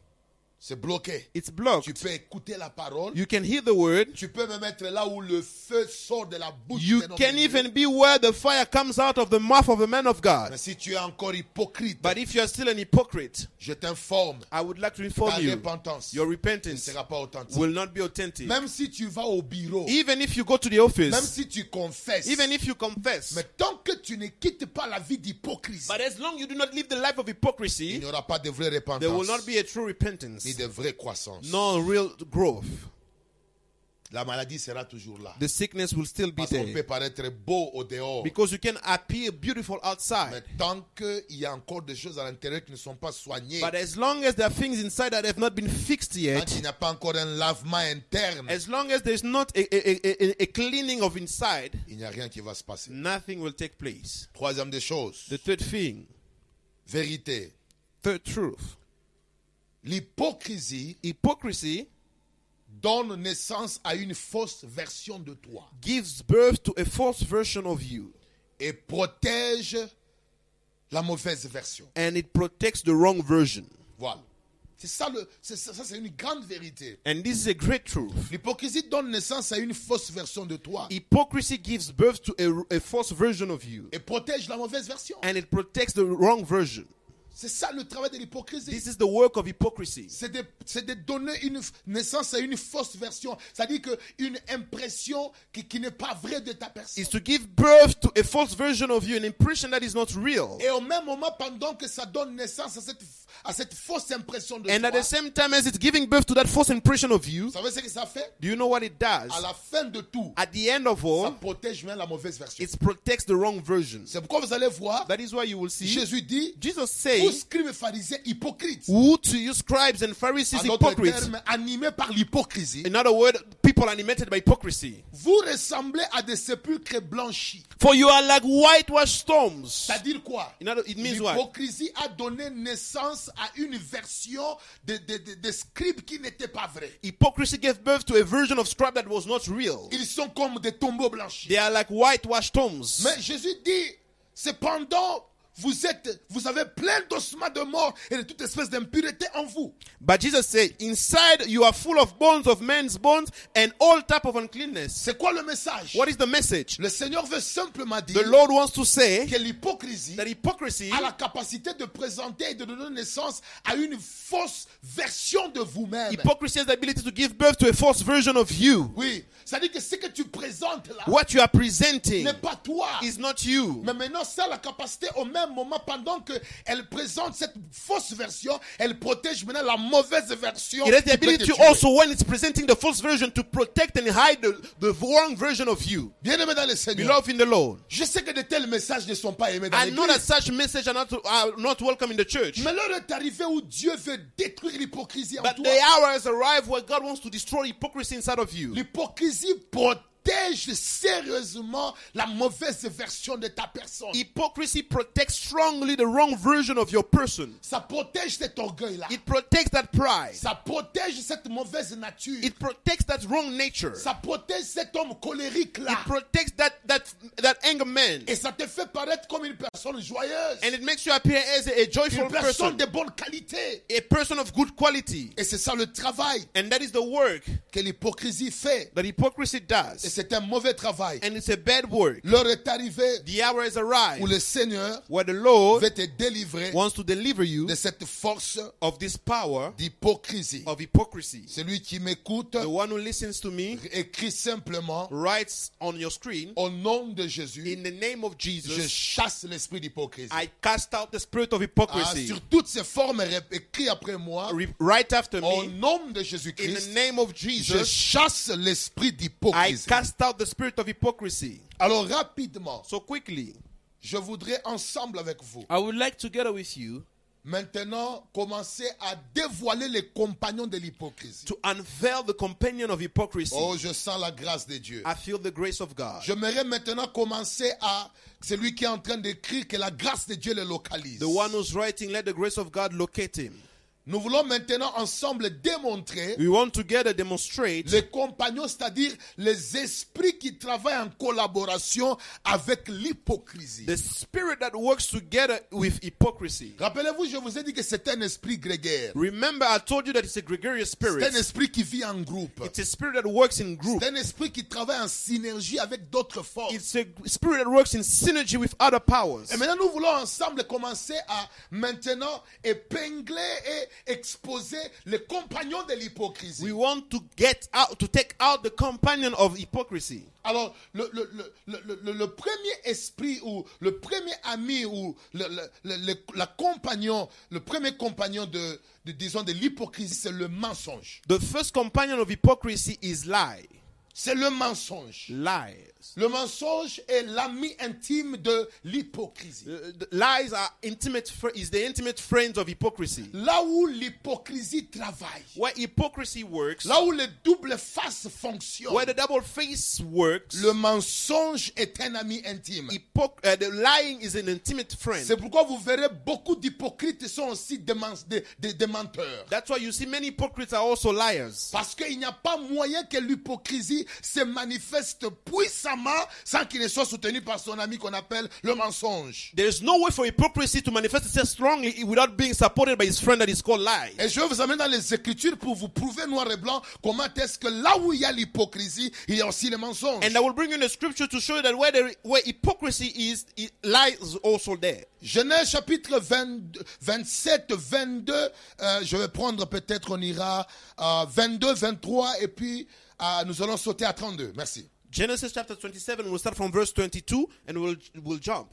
B: C'est bloqué.
C: It's
B: Tu
C: blocked.
B: peux écouter la parole.
C: You can hear the word.
B: tu peux me mettre là où le feu sort de la bouche.
C: You
B: d'un homme
C: can
B: de Dieu.
C: even be where the fire comes out of the mouth of a man of God.
B: Mais si tu es encore hypocrite,
C: But if you are still an hypocrite,
B: je t'informe,
C: I would like to
B: ta
C: inform you
B: repentance
C: your
B: ne
C: repentance
B: sera pas authentique.
C: will not be authentic.
B: Même si tu vas au bureau,
C: Even if you go to the
B: même
C: office,
B: si tu confesses,
C: even if you confess,
B: mais tant que tu ne quittes pas la vie d'hypocrisie,
C: but as long you do not live the life of
B: il
C: hypocrisy,
B: n'y aura pas de vraie
C: there will not
B: repentance
C: be a true
B: ni
C: repentance,
B: de vraie croissance.
C: nor real growth.
B: La maladie sera toujours là.
C: The sickness will still be
B: Parce qu'on peut
C: there
B: paraître beau au dehors,
C: because you can appear beautiful
B: mais
C: outside,
B: tant qu'il y a encore des choses à l'intérieur qui ne sont pas soignées,
C: but as long as there are things inside that have not been fixed
B: quand il
C: yet,
B: n'y a pas encore un lavement interne,
C: as long as there's not a, a, a, a- a cleaning of inside,
B: il n'y a rien qui va se passer.
C: nothing will take place.
B: Troisième des choses,
C: The third thing,
B: vérité.
C: third truth,
B: L'hypocrisie
C: hypocrisy
B: donne naissance à une fausse version de toi
C: gives birth to a false version of you
B: et protège la mauvaise version.
C: and it protects the wrong version.
B: Voilà. C'est ça, le, c'est ça, ça, c'est une grande vérité.
C: And this is a great truth.
B: L'hypocrisie donne naissance à une fausse version de toi
C: Hypocrisy gives birth to a, a false version of you
B: et protège la mauvaise version.
C: and it protects the wrong version.
B: C'est ça le travail de l'hypocrisie.
C: This is the work of hypocrisy.
B: c'est de, c'est de donner une f- naissance à une fausse version. C'est-à-dire que une impression qui, qui n'est pas vraie de ta personne.
C: Is to give birth to a false version of you, an impression that is not real.
B: Et au même moment, pendant que ça donne naissance à cette, f- à cette fausse impression de
C: And
B: toi.
C: at the same time as it's giving birth to that false impression of you,
B: Vous savez ce que ça fait
C: do you know what it does?
B: À la fin de tout,
C: At the end of
B: ça
C: all,
B: protège même la mauvaise version.
C: it protects the wrong version.
B: C'est pourquoi vous allez voir,
C: That is why you will see
B: Jésus dit
C: Jesus
B: Vous
C: says,
B: scribes et pharisiens hypocrites.
C: Woe to you, scribes and Pharisees,
B: En d'autres
C: hypocrites.
B: termes, animés par l'hypocrisie,
C: In other words, people animated by hypocrisy.
B: vous ressemblez à des sépulcres blanchis.
C: For you are like whitewashed tombs.
B: Ça veut dire quoi
C: In other- it means what?
B: L'hypocrisie a donné naissance à une version de, de, de- de scribes qui n'était pas vraie.
C: Hypocrisy gave birth to a version of scribe that was not real.
B: Ils sont comme des tombeaux blanchis.
C: They are like whitewashed tombs.
B: Mais Jésus dit, cependant, vous êtes, vous avez plein d'ossements de mort et de toute espèce d'impureté en vous.
C: But Jesus said, Inside you are full of bones of men's bones and all type of uncleanness.
B: C'est quoi le message
C: What is the message?
B: Le Seigneur veut simplement dire
C: The Lord wants to say
B: que l'hypocrisie
C: that hypocrisy
B: a la capacité de présenter et de donner naissance à une fausse version de vous-même.
C: hypocrisy has the ability to give birth to a false version of you.
B: Oui, ça dit que ce que tu présentes là
C: What you are presenting
B: n'est pas toi.
C: is not you.
B: Mais maintenant, ça a la capacité au même moment, pendant qu'elle présente cette fausse version, elle protège maintenant la mauvaise version.
C: It has
B: qui
C: the
B: peut te
C: ability to
B: tuer.
C: also, when it's presenting the false version, to protect and hide the, the wrong version of you.
B: Bien-aimé dans le Seigneur,
C: Beloved in the Lord.
B: je sais que de tels messages ne sont pas aimés dans
C: I know that
B: l'église.
C: such messages are not, are not welcome in the church.
B: Mais l'heure est arrivée où Dieu veut détruire l'hypocrisie en
C: But
B: toi.
C: the hour has arrived where God wants to destroy hypocrisy inside of you.
B: L'hypocrisie protège sérieusement la mauvaise version de ta personne.
C: Hypocrisy protects strongly the wrong version of your person.
B: Ça protège cet orgueil-là.
C: It protects that pride.
B: Ça protège cette mauvaise nature.
C: It protects that wrong nature.
B: Ça protège cet homme
C: It
B: colérique-là.
C: protects that that that anger man.
B: Et ça te fait paraître comme une personne joyeuse.
C: And it makes you appear as a, a joyful
B: Une personne
C: person,
B: de bonne qualité.
C: a person of good quality.
B: Et c'est ça le travail
C: And that is the work
B: que l'hypocrisie fait.
C: that hypocrisy
B: Et
C: does.
B: c'est un mauvais travail.
C: And it's a bad work.
B: L'heure est arrivée
C: The hour has
B: où
C: arrived
B: le Seigneur
C: where the Lord
B: veut te délivrer
C: wants to deliver you
B: de cette force
C: of this power
B: d'hypocrisie.
C: of hypocrisy.
B: Celui qui m'écoute
C: The one who listens to me
B: écrit simplement
C: writes on your screen
B: au nom de Jésus,
C: in the name of
B: Oh, je
C: Jesus.
B: chasse l'esprit d'hypocrisie.
C: I cast out the spirit of
B: Ah,
C: hypocrisy.
B: sur toutes ces formes ré- écrites après moi,
C: Re- Right after
B: au
C: me,
B: nom de
C: in the
B: Jésus-Christ,
C: name of
B: je
C: Jesus,
B: chasse l'esprit
C: I
B: d'hypocrisie.
C: cast out the spirit of hypocrisy.
B: Alors rapidement,
C: So quickly,
B: je voudrais ensemble avec vous
C: I would like together with you
B: maintenant commencer à dévoiler les compagnons de l'hypocrisie.
C: to unveil the companion of hypocrisy.
B: Oh, je sens la grâce de Dieu.
C: I feel the grace of God.
B: J'aimerais maintenant commencer à celui qui est en train d'écrire que la grâce de Dieu le localise.
C: The one who's writing, let the grace of God locate him.
B: Nous voulons maintenant ensemble démontrer
C: We want together demonstrate
B: les compagnons, c'est-à-dire les esprits qui travaillent en collaboration avec l'hypocrisie.
C: the spirit that works together with hypocrisy.
B: Rappelez-vous, je vous ai dit que c'est un esprit grégaire.
C: Remember, I told you that it's a gregarious
B: C'est un
C: spirit.
B: esprit qui vit en groupe.
C: It's a spirit that works in group.
B: C'est un esprit qui travaille en synergie avec d'autres forces.
C: It's a spirit that works in synergy with other powers.
B: Et maintenant, nous voulons ensemble commencer à maintenant épingler et exposer les compagnons de
C: We
B: l'hypocrisie.
C: want to get out, to take out the companion of hypocrisy.
B: Alors, le, le- le- le- le- le premier esprit ou le premier ami ou le, le- le- le- la compagnon, le premier compagnon de, de- disons, de l'hypocrisie, c'est le mensonge.
C: The first companion of hypocrisy is lie.
B: C'est le mensonge.
C: Lies.
B: Le mensonge est l'ami intime de l'hypocrisie.
C: Uh, the lies are intimate, fr- is the intimate friends of hypocrisy.
B: Là où l'hypocrisie travaille,
C: Where hypocrisy works,
B: là où les double faces fonctionnent,
C: where the double face works,
B: le mensonge est un ami intime.
C: hypoc- uh, the lying is an intimate
B: C'est
C: friend.
B: pourquoi vous verrez beaucoup d'hypocrites sont aussi des, mens- des- des- des menteurs.
C: That's why you see many hypocrites are also liars.
B: Parce qu'il n'y a pas moyen que l'hypocrisie se manifeste puissamment sans qu'il ne soit soutenu par son ami qu'on appelle le mensonge.
C: There is no way for hypocrisy to manifest itself strongly without being supported by his friend that is called lie.
B: Et je vais vous amener dans les Écritures pour vous prouver noir et blanc comment est-ce que là où il y a l'hypocrisie, il y a aussi le mensonge.
C: And I will bring you in the scripture to show you that where, there, where hypocrisy is, it lies also there.
B: Genèse chapitre 22, 27, 22, euh, je vais prendre peut-être, on ira à 22, 23 et puis euh, nous allons sauter à 32. Merci.
C: Genesis chapter 27, we'll start from verse 22 and we'll, we'll jump.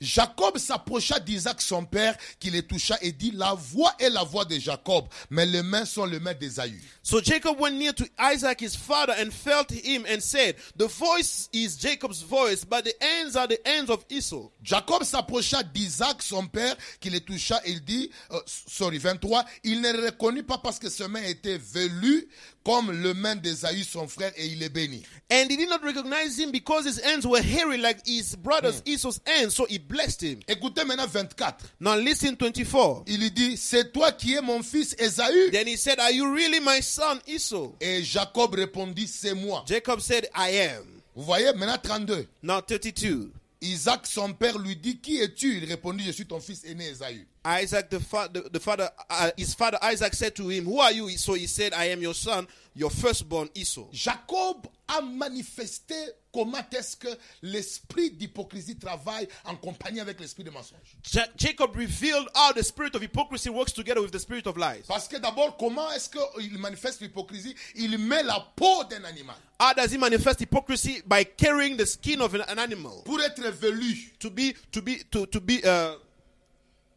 B: Jacob s'approcha d'Isaac son père, qui les toucha et dit, la voix est la voix de Jacob, mais les mains sont les mains d'Ésaü.
C: So Jacob went near to Isaac his father and felt him and said, The voice is Jacob's voice, but the ends are the ends of Esau.
B: Jacob s'approcha d'Isaac son père, qui les toucha et il dit, euh, sorry, 23, il ne le reconnut pas parce que ses mains étaient velues comme le main d'Ésaü son frère et il est béni.
C: And he did not recognize him because his ends were hairy like his brother's Esau's ends, so he blessed him.
B: Écoutez maintenant 24.
C: Now listen 24.
B: Il lui dit, c'est toi qui es mon fils Ésaü
C: Then he said, Are you really my son Esau?
B: Et Jacob répondit, c'est moi.
C: Jacob said, I am.
B: Vous voyez, maintenant 32.
C: Now 32.
B: Isaac, son père, lui dit, qui es-tu Il répondit, je suis ton fils aîné Ésaü.
C: Isaac, the, fa- the, the father, uh, his father Isaac said to him, Who are you? So he said, I am your son, your firstborn Esau.
B: Jacob a manifesté comment est-ce que l'esprit d'hypocrisie travaille en compagnie avec l'esprit de mensonge.
C: Ja- Jacob revealed how the spirit of hypocrisy works together with the spirit of lies.
B: Parce que d'abord, comment est-ce qu'il manifeste l'hypocrisie Il met la peau d'un animal
C: How does he manifest hypocrisy? By carrying the skin of an, an animal
B: pour être velu,
C: to be to be to to be uh,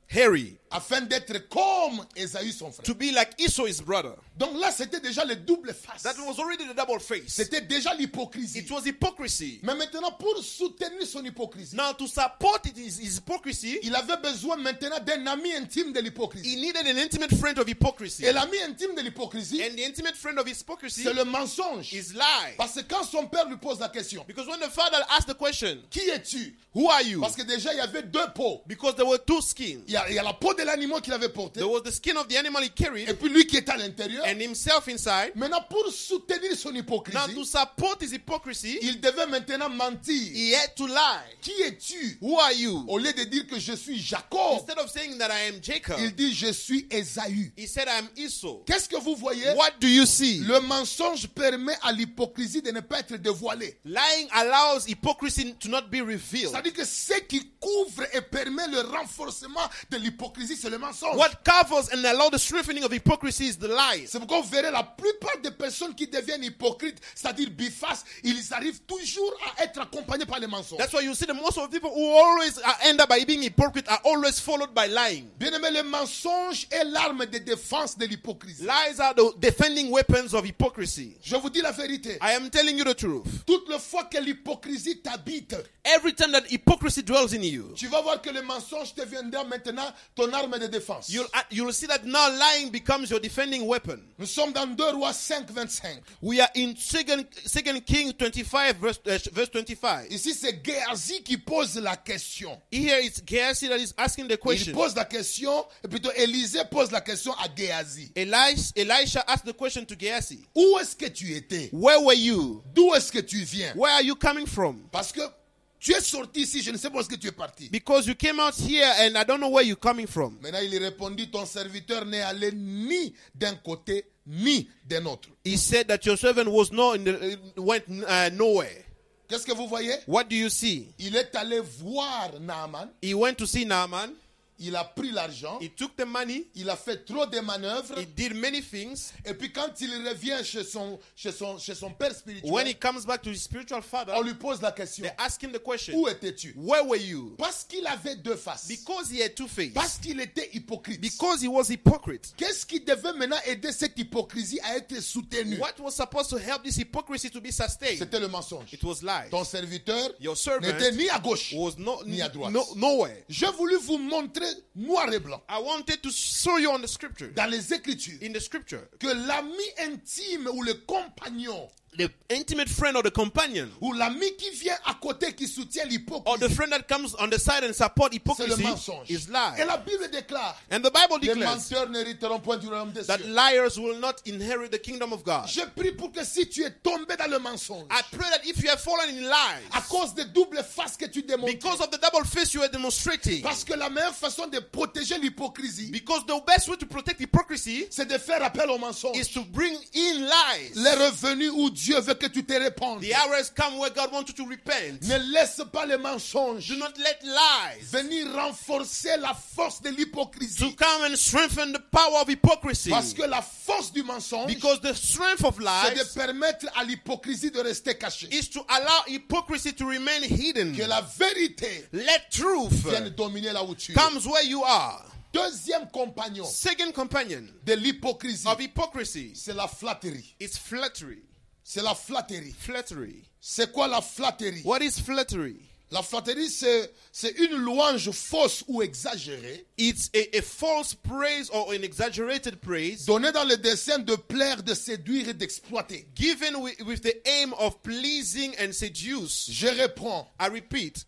C: hairy,
B: afin d'être comme Ésaü son frère.
C: to be like Esau his brother.
B: Donc là, c'était déjà le double face.
C: That was already the double face.
B: C'était déjà
C: It
B: l'hypocrisie.
C: was hypocrisy.
B: Mais maintenant, pour soutenir son hypocrisie,
C: Now to support it is, is hypocrisy.
B: il avait besoin maintenant d'un ami intime de l'hypocrisie.
C: He needed an intimate friend of hypocrisy,
B: Et l'ami intime de l'hypocrisie,
C: and the intimate friend of hypocrisy
B: c'est le mensonge.
C: is lie.
B: Parce que quand son père lui pose la question,
C: Because when the father asked the question,
B: qui es-tu
C: "Who are you?"
B: Parce que déjà, il y avait deux peaux.
C: Because there were two skins.
B: Il y a, il y a la peau de l'animal qu'il avait portée,
C: There was the skin of the animal he
B: et
C: carried,
B: puis lui qui est à l'intérieur.
C: and himself inside.
B: Maintenant, pour soutenir son
C: Now to
B: hypocrisie,
C: support his hypocrisy,
B: il devait maintenant mentir.
C: he had to lie.
B: Qui es-tu
C: Who are you?
B: Au lieu de dire que je suis Jacob,
C: Instead of saying that I am Jacob,
B: il dit je suis Ésaü.
C: he said I am Esau.
B: Qu'est-ce que vous voyez
C: What do you see?
B: Le mensonge permet à l'hypocrisie de ne pas être dévoilée.
C: Lying allows hypocrisy to not be revealed.
B: C'est-à-dire que ce qui couvre et permet le renforcement de l'hypocrisie, c'est le mensonge.
C: What covers and allows the strengthening of hypocrisy is the lies.
B: C'est pourquoi vous verrez la plupart des personnes qui deviennent hypocrites, c'est-à-dire bifaces, ils arrivent toujours à être accompagnés par les mensonges.
C: That's why you see the most of the people who always are end up by being hypocrite are always followed by lying.
B: Bien aimé, le mensonge est l'arme de défense de l'hypocrisie.
C: Lies are the defending weapons of hypocrisy.
B: Je vous dis la vérité.
C: I am telling you the truth.
B: Toute le fois que l'hypocrisie t'habite,
C: Every time that hypocrisy dwells in you,
B: tu vas voir que le mensonge deviendra maintenant ton arme de défense.
C: you'll, uh, you'll see that now lying becomes your defending weapon.
B: Nous sommes dans 2 rois 5, 25.
C: We are in Second, Second King 25, verse, uh, verse 25.
B: Ici, c'est Géasi qui pose la question.
C: Here it's Gehazi that is asking the
B: Il
C: question.
B: pose la question, et plutôt Élisée pose la question à Géasi.
C: Elisha, Elisha asked the question to Gehazi
B: Où est-ce que tu étais
C: Where were you?
B: D'où est-ce que tu viens
C: Where are you coming from?
B: Parce que tu es sorti ici, je ne sais pas où est-ce que tu es parti.
C: Because you came out here and I don't know where you're coming from.
B: Maintenant, il répondit, ton serviteur n'est allé ni d'un côté, ni d'un autre.
C: He said that your servant was not in the, went uh, nowhere.
B: Qu'est-ce que vous voyez
C: What do you see?
B: Il est allé voir Naaman,
C: He went to see Naaman.
B: il a pris l'argent,
C: He took the money.
B: il a fait trop de manœuvres,
C: He did many things.
B: et puis quand il revient chez son, chez son, chez son père
C: When he
B: spirituel,
C: comes back to his spiritual father,
B: on lui pose la question,
C: they ask him the question,
B: où étais-tu
C: Where were you?
B: Parce qu'il avait deux faces,
C: Because he had two faces.
B: parce qu'il était hypocrite.
C: Because he was hypocrite.
B: Qu'est-ce qui devait maintenant aider cette hypocrisie à être soutenue
C: What was supposed to help this hypocrisy to be sustained?
B: C'était le mensonge.
C: It was lies.
B: Ton serviteur
C: Your servant
B: n'était ni à gauche
C: Was not
B: ni à droite.
C: no, nowhere.
B: J'ai voulu vous montrer noir et blanc
C: I wanted to show you on the scripture.
B: dans les Écritures
C: In the scripture,
B: que l'ami intime ou le compagnon
C: the intimate friend or the companion
B: ou l'ami qui vient à côté qui soutient
C: or the
B: l'hypocrisie,
C: friend that comes on the side and support
B: c'est le
C: hypocrisy
B: mensonge.
C: is
B: Et
C: lie.
B: la Bible déclare
C: And the Bible
B: les
C: declares
B: menteurs n'hériteront point du royaume des
C: that
B: cieux.
C: liars will not inherit the kingdom of God.
B: Je prie pour que si tu es tombé dans le mensonge,
C: I pray that if you have fallen in
B: à
C: lies
B: cause des doubles faces que tu démontres,
C: because of the double face you are demonstrating,
B: parce que la meilleure façon de protéger l'hypocrisie,
C: because the best way to protect hypocrisy
B: c'est de faire appel au mensonge.
C: is to bring in lies.
B: Les revenus où Dieu veut que tu te répandes.
C: The hour has come where God wants you to repent.
B: Ne laisse pas les mensonges
C: Do not let lies
B: venir renforcer la force de
C: to
B: l'hypocrisie.
C: come and strengthen the power of hypocrisy.
B: Parce que la force du mensonge,
C: Because the strength of
B: c'est de
C: lies
B: permettre à l'hypocrisie de rester cachée.
C: is to allow hypocrisy to remain hidden.
B: Que la vérité
C: Let truth
B: vienne dominer là où tu es.
C: comes where you are.
B: Deuxième compagnon
C: Second companion
B: de l'hypocrisie,
C: of hypocrisy
B: c'est la flatterie.
C: is flattery.
B: C'est la flatterie.
C: Flattery.
B: C'est quoi la flatterie
C: What is flattery?
B: La flatterie, c'est c'est une louange fausse ou exagérée
C: It's a, a false praise or an exaggerated praise
B: donnée dans le dessein de plaire, de séduire et d'exploiter.
C: given with, with the aim of pleasing and seduce.
B: Je reprends.
C: I repeat,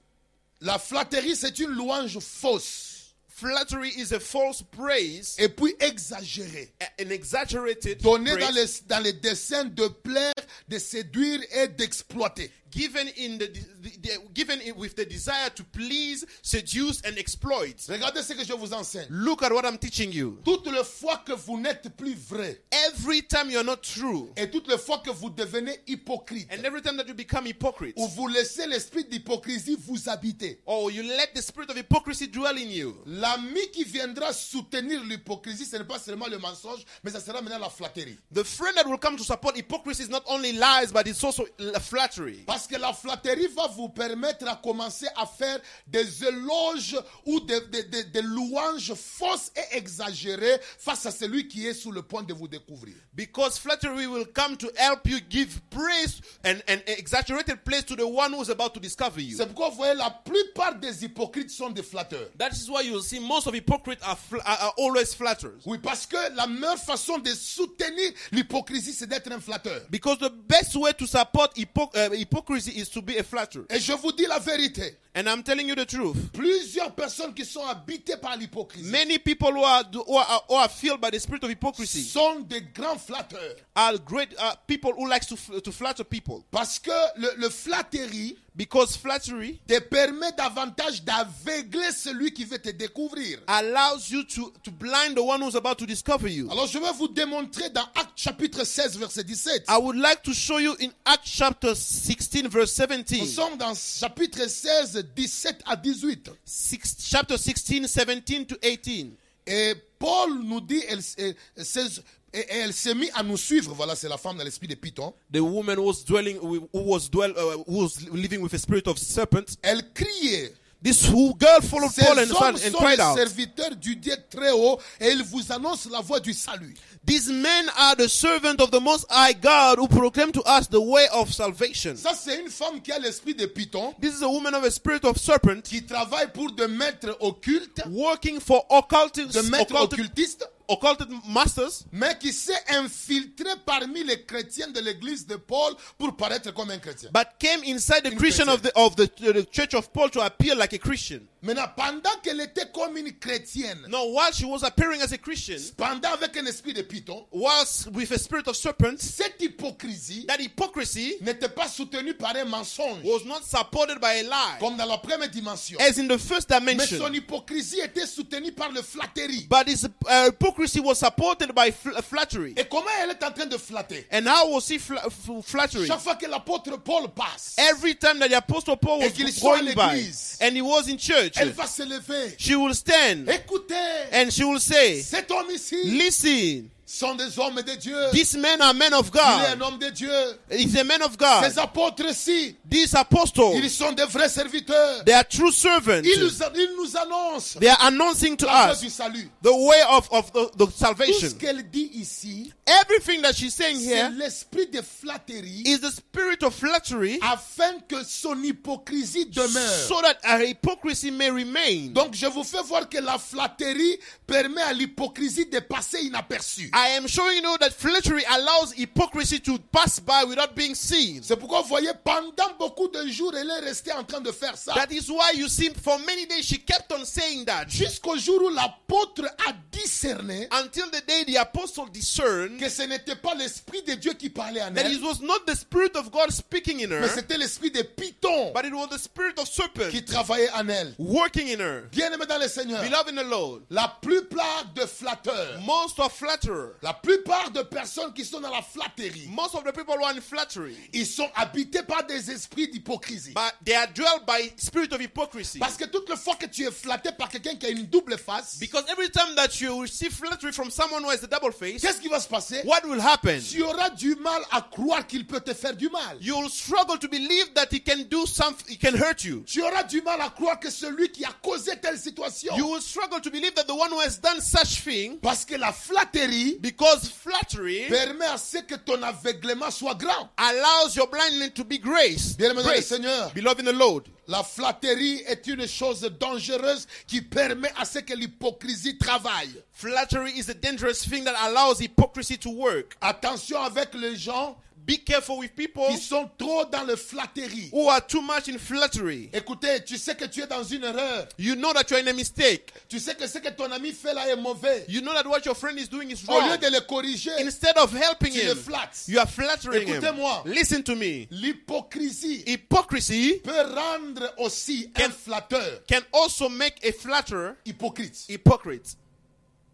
B: La flatterie, c'est une louange fausse
C: flattery is a false praise,
B: et puis exagérée.
C: a- an exaggerated
B: Donnée
C: praise
B: dans le, dans le dessein de plaire, de séduire et d'exploiter.
C: given in the, the, the- given in, with the desire to please, seduce, and exploit.
B: Regardez ce que je vous enseigne.
C: Look at what I'm teaching you.
B: Toutes les fois que vous n'êtes plus vrai
C: Every time you're not true,
B: et toutes les fois que vous devenez hypocrite
C: and every time that you become hypocrite,
B: ou vous laissez l'esprit d'hypocrisie vous habiter,
C: or you let the spirit of hypocrisy dwell in you,
B: L'ami qui viendra soutenir l'hypocrisie, ce n'est pas seulement le mensonge, mais ça sera maintenant la flatterie.
C: the friend that will come to support hypocrisy is not only lies, but it's also l- flattery.
B: Parce que la flatterie va vous permettre à commencer à faire des éloges ou des, des- des- des louanges fausses et exagérées face à celui qui est sur le point de vous découvrir.
C: Because flattery will come to help you give praise and an exaggerated praise to the one who's about to discover you.
B: C'est pourquoi vous voyez, la plupart des hypocrites sont des flatteurs.
C: That is why you'll see most of hypocrites are, fl- are, are always flatterers.
B: Oui, parce que la meilleure façon de soutenir l'hypocrisie, c'est d'être un flatteur.
C: Because the best way to support hypo- uh, hypocrisy is to be a flatterer.
B: Et je vous dis la vérité,
C: And I'm telling you the truth.
B: plusieurs personnes qui sont habitées par l'hypocrisie
C: Many people who are, who are, who are filled by the spirit of hypocrisy
B: sont des grands flatteurs.
C: are great uh, people who likes to, fl- to flatter people.
B: Parce que le, le flatterie
C: Because flattery
B: te permet davantage d'aveugler celui qui veut te découvrir.
C: allows you to, to blind the one who's about to discover you.
B: Alors je vais vous démontrer dans Acte chapitre 16 verset 17.
C: I would like to show you in Acts chapter 16, verse 17.
B: Nous sommes dans chapitre 16 17 à 18.
C: Six, chapter 16, 17 to 18.
B: Et Paul nous dit elle, s- et- et s'est- et- et elle s'est mise à nous suivre. Voilà, c'est la femme dans l'esprit de Python.
C: The woman who was dwelling, who was dwell, uh, who was living with a spirit of serpent.
B: Elle criait.
C: This who girl full of
B: Ces
C: Paul and,
B: hommes
C: son- and
B: sont les
C: cried out.
B: serviteurs du Dieu très haut et ils vous annoncent la voie du salut.
C: These men are the servant of the Most High God who proclaim to us the way of salvation.
B: Ça, c'est une femme qui a l'esprit de Python.
C: This is a woman of a spirit of serpent
B: qui travaille pour des maîtres occultes,
C: working for occultist,
B: des maîtres
C: occulted,
B: occultistes,
C: occulted masters,
B: mais qui s'est infiltré parmi les chrétiens de l'église de Paul pour paraître comme un chrétien.
C: but came inside the Christian of the of the, uh, the church of Paul to appear like a Christian.
B: Maintenant, pendant qu'elle était comme une chrétienne,
C: Now, while she was appearing as a Christian,
B: pendant avec un esprit de Python,
C: whilst with a spirit of serpent,
B: cette hypocrisie
C: that hypocrisy
B: n'était pas soutenue par un mensonge,
C: was not supported by a lie,
B: comme dans la première dimension.
C: as in the first
B: Mais son
C: dimension.
B: hypocrisie était soutenue par le flatterie.
C: But his uh, hypocrisy was supported by fl- uh, flattery.
B: Et comment elle est en train de flatter
C: And how was he fla- f- flattering?
B: Chaque fois que l'apôtre Paul passe,
C: Every time that the apostle Paul
B: Et qu'il
C: was
B: soit à
C: going by
B: l'église.
C: and he was in church,
B: elle va se lever.
C: she will stand
B: Écoutez,
C: and she will say,
B: cet homme ici
C: Listen,
B: sont des hommes de Dieu.
C: these men are men of
B: Il est un
C: God.
B: homme de Dieu.
C: He's a man of God.
B: Ces apôtres-ci,
C: These
B: ils
C: apostles,
B: sont des vrais serviteurs.
C: they are true
B: Ils,
C: servants.
B: nous- ils nous annoncent
C: They are announcing to
B: la voie du
C: us
B: salut.
C: the way of, of the, the
B: Tout ce
C: salvation.
B: qu'elle dit ici,
C: Everything that she's saying
B: c'est
C: here
B: l'esprit de flatterie
C: is the spirit of flattery
B: afin que son hypocrisie demeure.
C: so that our hypocrisy may remain.
B: Donc je vous fais voir que la flatterie permet à l'hypocrisie de passer inaperçue.
C: I am showing you that flattery allows hypocrisy to pass by without being seen.
B: C'est pourquoi vous voyez, pendant beaucoup de jours, elle est restée en train de faire ça.
C: That is why you see, for many days she kept on saying that
B: Jusqu'au jour où l'apôtre a discerné
C: until the day the apostle discerned
B: que ce n'était pas l'esprit de Dieu qui parlait en
C: that
B: elle,
C: it was not the spirit of God speaking in her,
B: Mais c'était l'esprit de Python
C: but it was the spirit of serpent
B: qui travaillait en elle.
C: working in her.
B: Bien aimé dans le Seigneur,
C: Beloved in the Lord,
B: la plupart de flatteurs
C: most are flatterers error.
B: La plupart de personnes qui sont dans la flatterie,
C: Most of the people who are in flattery,
B: ils sont habités par des esprits d'hypocrisie.
C: but they are dwelled by spirit of hypocrisy.
B: Parce que toute la fois que tu es flatté par quelqu'un qui a une double face,
C: Because every time that you receive flattery from someone who has a double face,
B: qu'est-ce qui va se passer
C: what will happen?
B: Tu auras du mal à croire qu'il peut te faire du mal.
C: You'll struggle to believe that he can do something, he can hurt you.
B: Tu auras du mal à croire que celui qui a causé telle situation.
C: You will struggle to believe that the one who has done such thing,
B: Parce que la flatterie
C: because flattery
B: permet à ce que ton aveuglement soit grand.
C: allows your blindness to be grace.
B: Bien-aimé dans le
C: Grace.
B: Seigneur,
C: Beloved in the Lord,
B: la flatterie est une chose dangereuse qui permet à ce que l'hypocrisie travaille.
C: flattery is a dangerous thing that allows hypocrisy to work.
B: Attention avec les gens
C: Be careful with people
B: qui sont trop dans la flatterie.
C: who are too much in flattery.
B: Écoutez, tu sais que tu es dans une erreur.
C: You know that you're in a mistake.
B: Tu sais que ce que ton ami fait là est mauvais.
C: You know that what your friend is doing is
B: Au
C: wrong.
B: lieu de le corriger,
C: Instead of helping
B: tu le
C: him,
B: flattes.
C: you are flattering him.
B: Écoutez-moi.
C: Listen to me.
B: L'hypocrisie
C: Hypocrisy
B: peut rendre aussi un
C: Quel-
B: flatteur
C: can also make a flatterer
B: hypocrite.
C: hypocrite.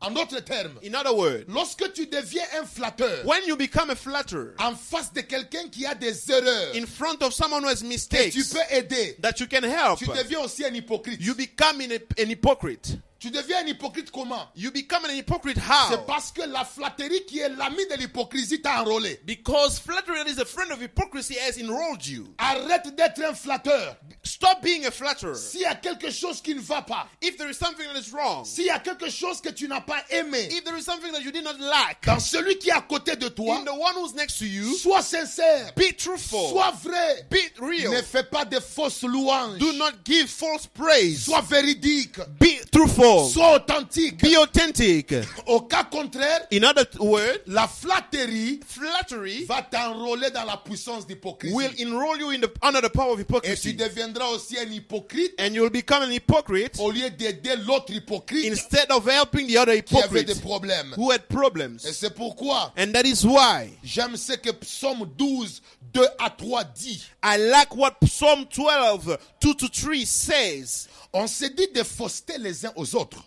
B: En d'autres termes,
C: In other words,
B: lorsque tu deviens un flatteur
C: when you become a flatterer
B: en face de quelqu'un qui a des erreurs
C: in front of someone who has
B: et tu
C: mistakes
B: peux aider,
C: that you can help,
B: tu deviens aussi un hypocrite.
C: you become an, an hypocrite.
B: Tu deviens un hypocrite comment
C: You become an hypocrite
B: C'est
C: how?
B: parce que la flatterie qui est l'ami de l'hypocrisie t'a enrôlé.
C: Because flattery that is a friend of hypocrisy has enrolled you.
B: Arrête d'être un flatteur.
C: Stop being a flatterer.
B: S'il y a quelque chose qui ne va pas,
C: If there is something that is wrong,
B: s'il y a quelque chose que tu n'as pas aimé,
C: if there is something that you did not like,
B: dans celui qui est à côté de toi,
C: in the one who's next to you,
B: sois sincère,
C: be truthful,
B: sois vrai,
C: be real.
B: ne fais pas de fausses louanges,
C: Do not give false praise.
B: sois véridique,
C: Be truthful.
B: sois authentique.
C: Be authentic.
B: Au cas contraire,
C: In other words,
B: la flatterie
C: flattery
B: va t'enrôler dans la puissance
C: will
B: d'hypocrisie.
C: enroll you in the under the power of
B: Et tu
C: hypocrisy,
B: deviendras aussi un hypocrite
C: and you'll become an hypocrite
B: au lieu d'aider l'autre hypocrite
C: instead of helping the other
B: qui avait des
C: hypocrite
B: problèmes.
C: who had
B: Et
C: problems.
B: c'est pourquoi
C: And that is why
B: j'aime ce que Psaume 12, 2 à 3 dit.
C: I like what Psalm 12, 2 to 3 says.
B: On s'est dit de fausseter les uns aux autres.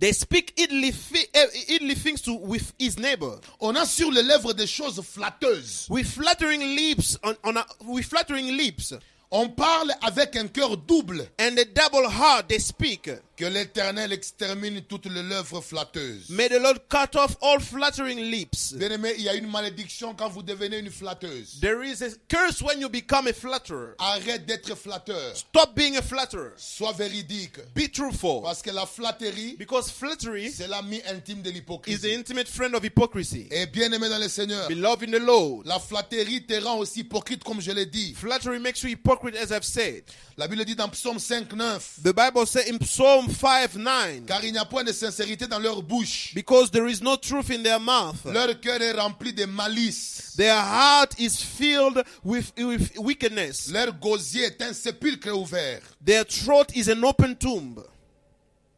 C: They speak idly, thi- eh, idly things to with his neighbor.
B: On a sur les lèvres des choses flatteuses.
C: With flattering lips, on, on a, with flattering lips,
B: On parle avec un cœur double.
C: and a double heart they speak.
B: Que l'Éternel extermine toutes les lèvres flatteuses.
C: May the Lord cut off all flattering lips.
B: Bien-aimé, il y a une malédiction quand vous devenez une flatteuse.
C: There is a curse when you become a flatterer.
B: Arrête d'être flatteur.
C: Stop being a flatterer.
B: Sois véridique.
C: Be truthful.
B: Parce que la flatterie,
C: Because flattery
B: c'est l'ami intime de
C: is the
B: l'hypocrisie.
C: intimate friend of hypocrisy.
B: Et bien-aimé dans le Seigneur,
C: Beloved in the Lord.
B: la flatterie te rend aussi hypocrite comme je l'ai dit.
C: Flattery makes you hypocrite, as I've said.
B: La Bible dit dans Psaume 5, 9,
C: The Bible says in Psalm 5 9,
B: car il n'y a point de sincérité dans leur bouche.
C: because there is no truth in their mouth,
B: Leur cœur est rempli de malice.
C: their heart is filled with, with wickedness,
B: Leur gosier est un sépulcre ouvert.
C: their throat is an open tomb.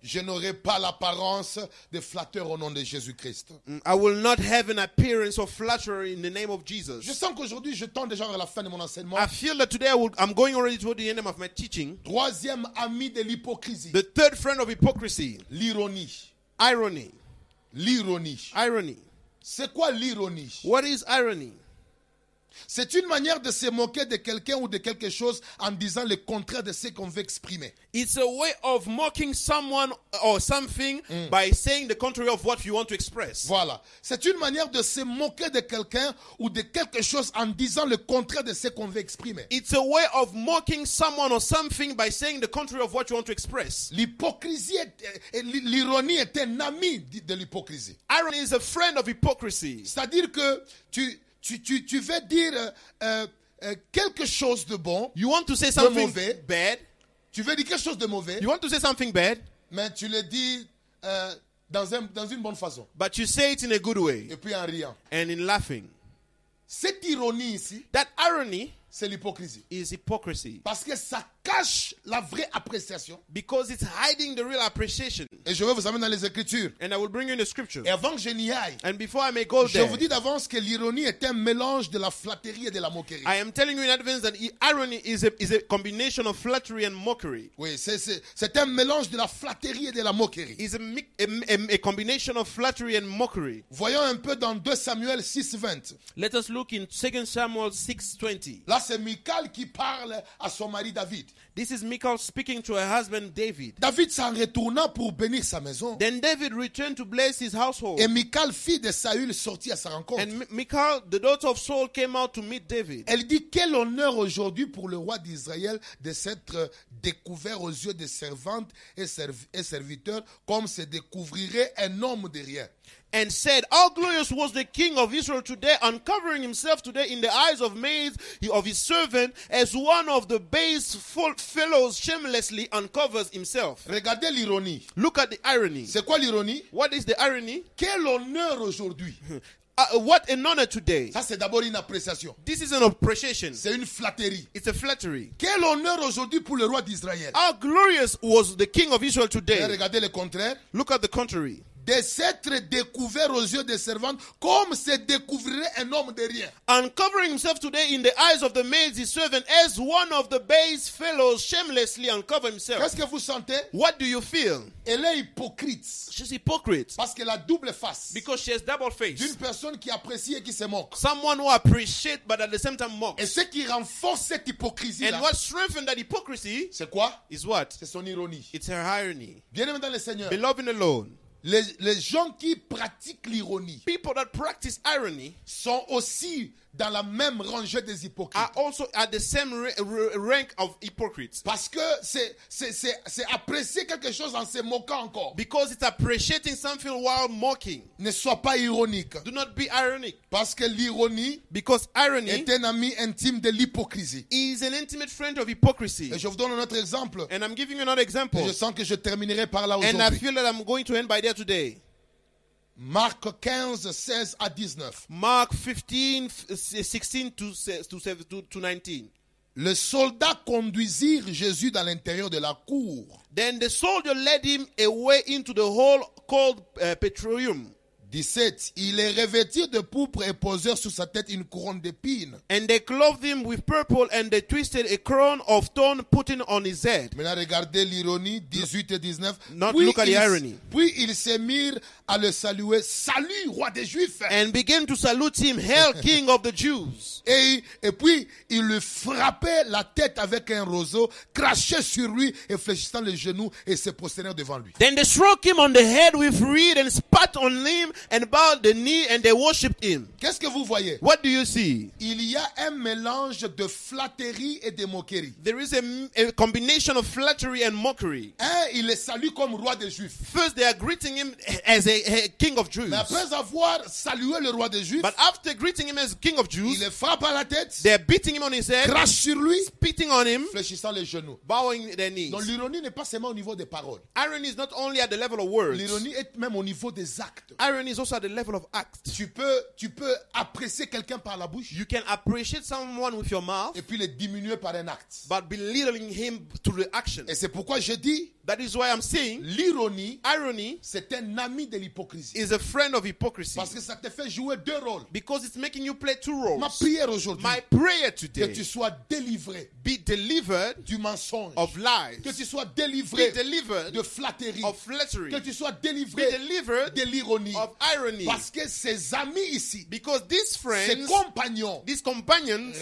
B: Je n'aurai pas l'apparence de flatteur au nom de Jésus-Christ.
C: Mm, I will not have an appearance of flattery in the name of
B: Je
C: Jesus.
B: sens qu'aujourd'hui, je tends déjà vers la fin de mon enseignement.
C: I feel that today I will, I'm going already toward the end of my teaching.
B: Troisième ami de l'hypocrisie.
C: The third friend of hypocrisy,
B: L'ironie.
C: irony.
B: L'ironie.
C: Irony.
B: C'est quoi l'ironie
C: What is irony?
B: C'est une manière de se moquer de quelqu'un ou de quelque chose en disant le contraire de ce qu'on veut exprimer.
C: It's a way of mocking someone or something by saying the contrary of Mm. what you want to express.
B: Voilà. C'est une manière de se moquer de quelqu'un ou de quelque chose en disant le contraire de ce qu'on veut exprimer.
C: It's a way of mocking someone or something by saying the contrary of what you want to express.
B: L'hypocrisie, est- et l'ironie est un ami de de l'hypocrisie.
C: Irony is a friend of hypocrisy.
B: C'est-à-dire que tu, tu, tu, tu veux dire euh, euh, euh, quelque chose de bon,
C: You want to say something
B: mauvais.
C: bad.
B: tu veux dire quelque chose de mauvais,
C: You want to say something bad,
B: mais tu le dis euh, dans, un- dans une bonne façon,
C: but you say it in a good way
B: et puis en riant.
C: and in laughing.
B: Cette ironie ici,
C: That irony
B: c'est l'hypocrisie.
C: is hypocrisy
B: Parce que ça cache la vraie appréciation.
C: because it's hiding the real appreciation.
B: Et je vais vous amener dans les Écritures.
C: And I will bring you the scriptures.
B: Et avant que je n'y aille,
C: And before I may go
B: je
C: there,
B: vous dis d'avance que l'ironie est un mélange de la flatterie et de la moquerie.
C: I am telling you in advance that i- irony is a, is a combination of flattery and mockery.
B: Oui, c'est- c'est c'est un mélange de la flatterie et de la moquerie.
C: Is a, mi- a, a, a combination of flattery and mockery.
B: Voyons un peu dans 2 Samuel 6, 20.
C: Let us look in 2 Samuel 6:20.
B: Là, c'est Michal qui parle à son mari David.
C: This is Michal speaking to her husband David.
B: David s'en retourna pour bénir sa maison.
C: Then David returned to bless his household.
B: Et Michal, fille de Saül, sortit à sa rencontre.
C: And Mi- Michal, the daughter of Saul, came out to meet David.
B: Elle dit quel honneur aujourd'hui pour le roi d'Israël de s'être découvert aux yeux des servantes et, serv- et serviteurs comme se découvrirait un homme de rien.
C: and said, How glorious was the king of Israel today, uncovering himself today in the eyes of maids of his servant, as one of the base fol- fellows shamelessly uncovers himself.
B: Regardez l'ironie.
C: Look at the irony.
B: C'est quoi l'ironie
C: What is the irony?
B: Quel honneur aujourd'hui.
C: Uh, what an honor today.
B: Ça c'est d'abord une appréciation.
C: This is an appreciation,
B: C'est une flatterie.
C: it's a flattery.
B: Quel honneur aujourd'hui pour le roi d'Israël.
C: How glorious was the king of Israel
B: Et
C: today?
B: regardez le contraire.
C: Look at the contrary.
B: De s'être découvert aux yeux des servantes comme se découvrirait un homme de rien.
C: Uncovering himself today in the eyes of the maids, his servant, as one of the base fellows shamelessly uncover himself.
B: Qu'est-ce que vous sentez
C: What do you feel?
B: Elle est hypocrite.
C: She's hypocrite.
B: Parce que la double face.
C: Because she has double
B: d'une
C: face.
B: personne qui apprécie et qui se moque.
C: Someone who appreciates but at the same time mocks.
B: Et ce qui renforce cette hypocrisie,
C: And what strengthens that hypocrisy
B: c'est quoi
C: is what?
B: C'est son ironie.
C: It's her irony.
B: Bien-aimé dans le Seigneur,
C: Beloved in the Lord,
B: les, les gens qui pratiquent l'ironie
C: people that practice irony
B: sont aussi dans la même rangée des hypocrites.
C: are also at the same ra- ra- rank of hypocrites.
B: Parce que c'est c'est- c'est- c'est apprécier quelque chose en se moquant encore.
C: Because it's appreciating something while mocking.
B: Ne sois pas ironique.
C: Do not be ironic.
B: Parce que l'ironie
C: Because irony
B: est un ami intime de l'hypocrisie.
C: is an intimate friend of
B: Et
C: hypocrisy.
B: je vous donne un autre exemple.
C: And I'm giving you another
B: Et
C: example.
B: je sens que je terminerai par là
C: And I
B: aujourd'hui.
C: feel that I'm going to end by there today.
B: Marc 15, 16 à 19.
C: Mark 15, f- 16 to, se- to, se- to, to 19.
B: Le soldat conduisirent Jésus dans l'intérieur de la cour,
C: Then the soldier led him away into the hall called uh, Petroleum.
B: 17. Ils les revêtirent de pourpre et posèrent sur sa tête une couronne d'épines.
C: And they clothed him with purple and they twisted a crown of thorn putting on his head.
B: Maintenant, regardez l'ironie, 18 et 19.
C: Not look at the
B: ils,
C: irony.
B: puis ils se mirent à le saluer. Salut, roi des Juifs!
C: And began to salute him, Hail King of the Jews.
B: Et, et puis, ils lui frappaient la tête avec un roseau, crachaient sur lui et fléchissant les genoux et se prosternèrent devant lui.
C: Then they struck him on the head with reed and spat on him and bowed the knee and they worshipped him.
B: Qu'est-ce que vous voyez?
C: What do you see?
B: Il y a un mélange de flatterie et de moquerie.
C: There is a, a combination of flattery and mockery.
B: Un, il les salue comme roi des Juifs.
C: First, they are greeting him as a, a king of Jews.
B: Mais après avoir salué le roi des Juifs,
C: But after greeting him as king of
B: il
C: Jews,
B: le frappe à la tête,
C: they're beating him on his head,
B: crache sur lui,
C: spitting on him,
B: fléchissant les genoux.
C: bowing their
B: Donc
C: knees.
B: l'ironie n'est pas seulement au niveau des paroles.
C: Irony is not only at the level of words,
B: L'ironie est même au niveau des actes.
C: irony is also at the level of acts.
B: Tu peux, tu peux apprécier quelqu'un par la bouche
C: You can appreciate someone with your mouth,
B: et puis le diminuer par un acte.
C: but belittling him through the action.
B: Et c'est pourquoi je dis,
C: That is why I'm saying
B: l'ironie,
C: irony
B: c'est un ami de l'hypocrisie.
C: Ah. is a friend of hypocrisy
B: Parce que ça te fait jouer deux rôles.
C: because it's making you play two
B: Ma
C: roles.
B: prière aujourd'hui,
C: My prayer
B: que
C: today
B: tu sois délivré
C: be delivered
B: du mensonge.
C: of lies,
B: Que tu sois
C: be
B: délivré
C: delivered
B: de flatterie.
C: of flattery,
B: Que tu sois
C: be
B: délivré
C: delivered
B: de l'ironie.
C: of irony.
B: Parce que ses amis ici,
C: Because these
B: ses
C: friends,
B: compagnons,
C: these companions,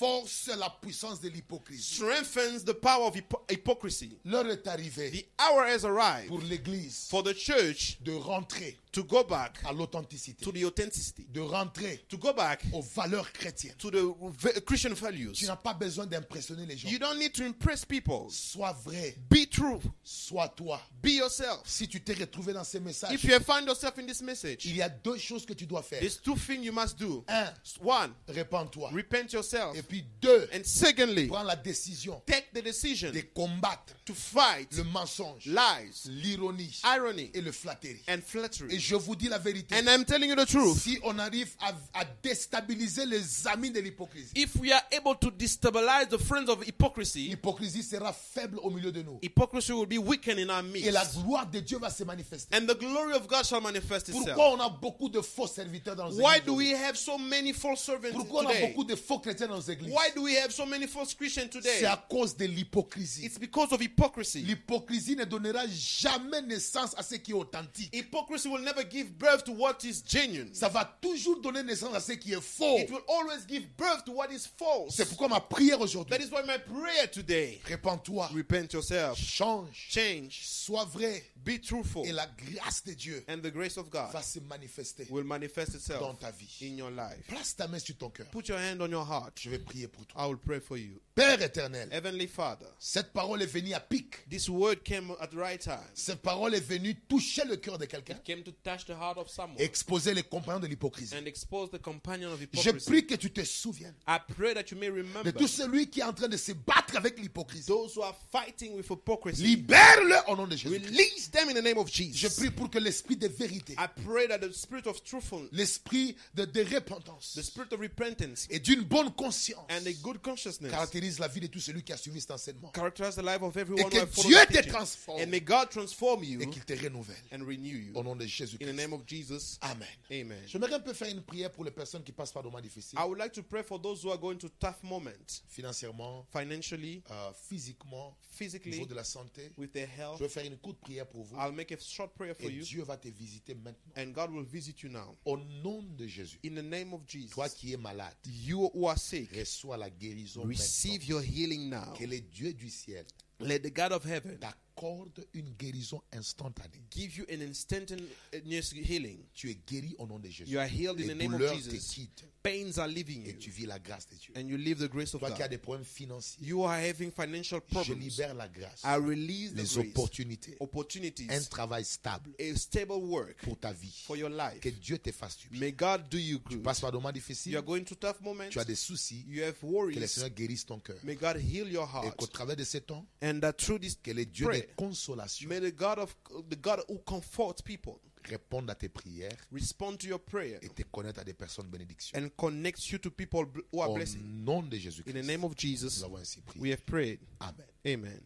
B: renforcent la puissance de l'hypocrisie.
C: strengthens the power of hypo- hypocrisy.
B: L'heure est arrivée
C: The hour has arrived
B: pour l'Église
C: for the church
B: de rentrer
C: to go back
B: à l'authenticité,
C: to the authenticity,
B: de rentrer
C: to go back
B: aux valeurs chrétiennes.
C: to the v- Christian
B: Tu
C: values.
B: n'as pas besoin d'impressionner les gens.
C: You don't need to impress people.
B: Sois vrai,
C: Be true.
B: sois toi.
C: Be yourself.
B: Si tu t'es retrouvé dans ces
C: If
B: messages,
C: you have found yourself in this
B: il
C: message,
B: y a deux choses que tu dois faire.
C: there's two things you must do.
B: Un,
C: One,
B: répands-toi.
C: repent yourself.
B: Et puis deux,
C: And secondly,
B: prends la décision
C: take the
B: de
C: decision
B: combattre
C: to fight
B: le mensonge,
C: lies,
B: l'ironie
C: irony,
B: et le flatterie.
C: and
B: Et
C: flattery.
B: je vous dis la vérité.
C: And I'm telling you the truth.
B: Si on arrive à, à déstabiliser les amis de l'hypocrisie,
C: If we are able to destabilize the friends of hypocrisy,
B: l'hypocrisie sera faible au milieu de nous.
C: hypocrisy will be weakened in our
B: Et
C: midst.
B: la gloire de Dieu va se manifester.
C: And the glory of God shall manifest itself.
B: Pourquoi on a beaucoup de faux serviteurs dans nos
C: Why
B: églises
C: do we have so many false servants
B: Pourquoi on a
C: today?
B: beaucoup de faux chrétiens dans nos églises
C: Why do we have so many false Christians
B: C'est
C: today?
B: à cause de l'hypocrisie.
C: It's because of hypocrisy.
B: L'hypocrisie ne donnera jamais naissance à ce qui est authentique.
C: Hypocrisy will never give birth to what is genuine.
B: Ça va toujours donner naissance à ce qui est faux.
C: It will always give birth to what is false.
B: C'est pourquoi ma prière aujourd'hui,
C: That is why my prayer today
B: répands-toi,
C: repent yourself,
B: change,
C: change,
B: sois vrai.
C: be truthful,
B: Et la grâce de Dieu
C: and the grace of
B: va
C: God
B: se manifester.
C: will manifest
B: dans
C: itself
B: ta vie.
C: in your life.
B: Place ta main sur ton cœur.
C: Put your hand on your heart.
B: Je vais prier pour toi.
C: I will pray for you.
B: Père éternel,
C: Heavenly Father,
B: cette parole est venue à pic.
C: this word came at the right time.
B: Cette parole est venue toucher le cœur de quelqu'un,
C: It came to touch the heart of someone
B: exposer les compagnons de l'hypocrisie.
C: and expose the companion of
B: Je
C: hypocrisy.
B: prie que tu te souviennes
C: I pray that you may remember
B: de tout celui qui est en train de se battre avec l'hypocrisie.
C: those who are fighting with hypocrisy.
B: Libère-le au nom de Jésus.
C: Release them in the name of
B: Je
C: Jesus.
B: prie pour que l'esprit de vérité,
C: I pray that the spirit of truthfulness,
B: l'esprit de, de repentance
C: the spirit of repentance,
B: et d'une bonne conscience
C: and a good consciousness
B: caractérise la vie de tout celui qui a suivi cet enseignement
C: characterize the life of
B: Et
C: everyone
B: que
C: who have followed
B: Dieu
C: the
B: te
C: teaching.
B: transforme.
C: And may God transform you
B: et Oh. qu'il te renouvelle.
C: and renew you.
B: Au nom de Jésus.
C: In the name of Jesus.
B: Amen.
C: Amen.
B: J'aimerais un peu faire une prière pour les personnes qui passent par des moments difficiles,
C: I would like to pray for those who are going to tough moments
B: financièrement,
C: financially,
B: euh, physiquement, au niveau
C: physically,
B: de la santé.
C: with their
B: Je
C: health.
B: vais faire une courte prière pour vous
C: I'll make a short prayer for
B: et
C: you,
B: Dieu va te visiter maintenant.
C: and God will visit you now.
B: Au nom de Jésus,
C: In the name of Jesus.
B: toi qui es malade,
C: You who are sick,
B: reçois la guérison
C: receive your healing now.
B: maintenant. Que le Dieu du ciel
C: Let the God of heaven
B: t'accorde une guérison instantanée.
C: give you an instantaneous healing.
B: Tu es guéri au nom de Jésus.
C: You are healed in
B: Les
C: the name of
B: douleurs te
C: Jesus.
B: quittent
C: Pains are leaving you,
B: et tu vis la grâce de Dieu.
C: and you live the grace of
B: Toi qui as
C: God.
B: des problèmes financiers,
C: You are having financial
B: je
C: problems.
B: libère la grâce,
C: I release
B: les
C: the grace,
B: opportunités, un
C: opportunities,
B: travail stable
C: a stable work
B: pour ta vie.
C: for your life.
B: Que Dieu te fasse du bien.
C: May God do you
B: Tu
C: good.
B: passes par des moments
C: You
B: difficiles,
C: are going through tough moments.
B: tu as des soucis,
C: You have
B: que le
C: worries.
B: Seigneur guérisse ton cœur.
C: May God heal your
B: Et
C: heart.
B: qu'au travers de ces temps,
C: And that through this
B: que le Dieu
C: prayer,
B: des consolations
C: may the God of the God who comforts people
B: réponde à tes prières
C: respond to your prayer
B: et te connecte à des personnes bénédictions.
C: and connects you to people bl- who are
B: Au
C: blessed.
B: nom de Jésus-Christ,
C: In the name of
B: nous
C: Jesus,
B: avons ainsi
C: we
B: prié.
C: have prayed.
B: Amen.
C: Amen.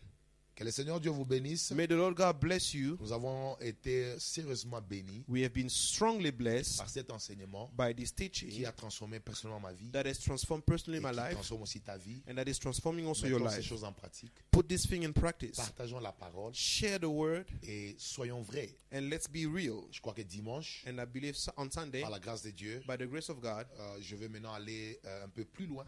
B: Que le Seigneur Dieu vous bénisse.
C: May the Lord God bless you.
B: Nous avons été sérieusement bénis
C: We have been strongly blessed
B: par cet enseignement
C: by this
B: qui
C: teaching
B: a transformé personnellement ma vie
C: that has transformed
B: et
C: personally
B: qui
C: my life
B: transforme aussi ta vie.
C: and that is transforming also your
B: Mettons ces
C: life.
B: choses en pratique.
C: Put this thing in practice.
B: Partageons la parole
C: Share the word
B: et soyons vrais.
C: and let's be real.
B: Je crois que dimanche,
C: And I believe so- on Sunday,
B: par la grâce de Dieu,
C: by the grace of God,
B: euh, je vais maintenant aller euh, un peu plus loin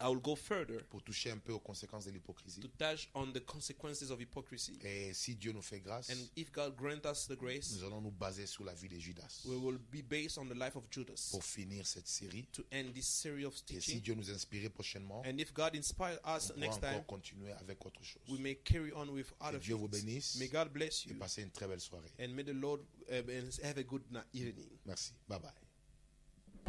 C: I will go further
B: pour toucher un peu aux conséquences de
C: to
B: l'hypocrisie.
C: touch on the consequences of hypocrisy.
B: Et si Dieu nous fait grâce,
C: And if God grant us the grace,
B: nous allons nous baser sur la vie de Judas
C: we will be based on the life of Judas
B: pour finir cette série.
C: to end this series of
B: Et si
C: teaching.
B: Dieu nous inspire prochainement,
C: And if God inspires us
B: on pourra
C: next time,
B: encore continuer avec autre chose.
C: we may carry on with other
B: Dieu vous
C: things.
B: bénisse.
C: May God bless
B: Et
C: you.
B: passez une très belle soirée.
C: And may the Lord uh, and have a good night, evening.
B: Merci. Bye bye.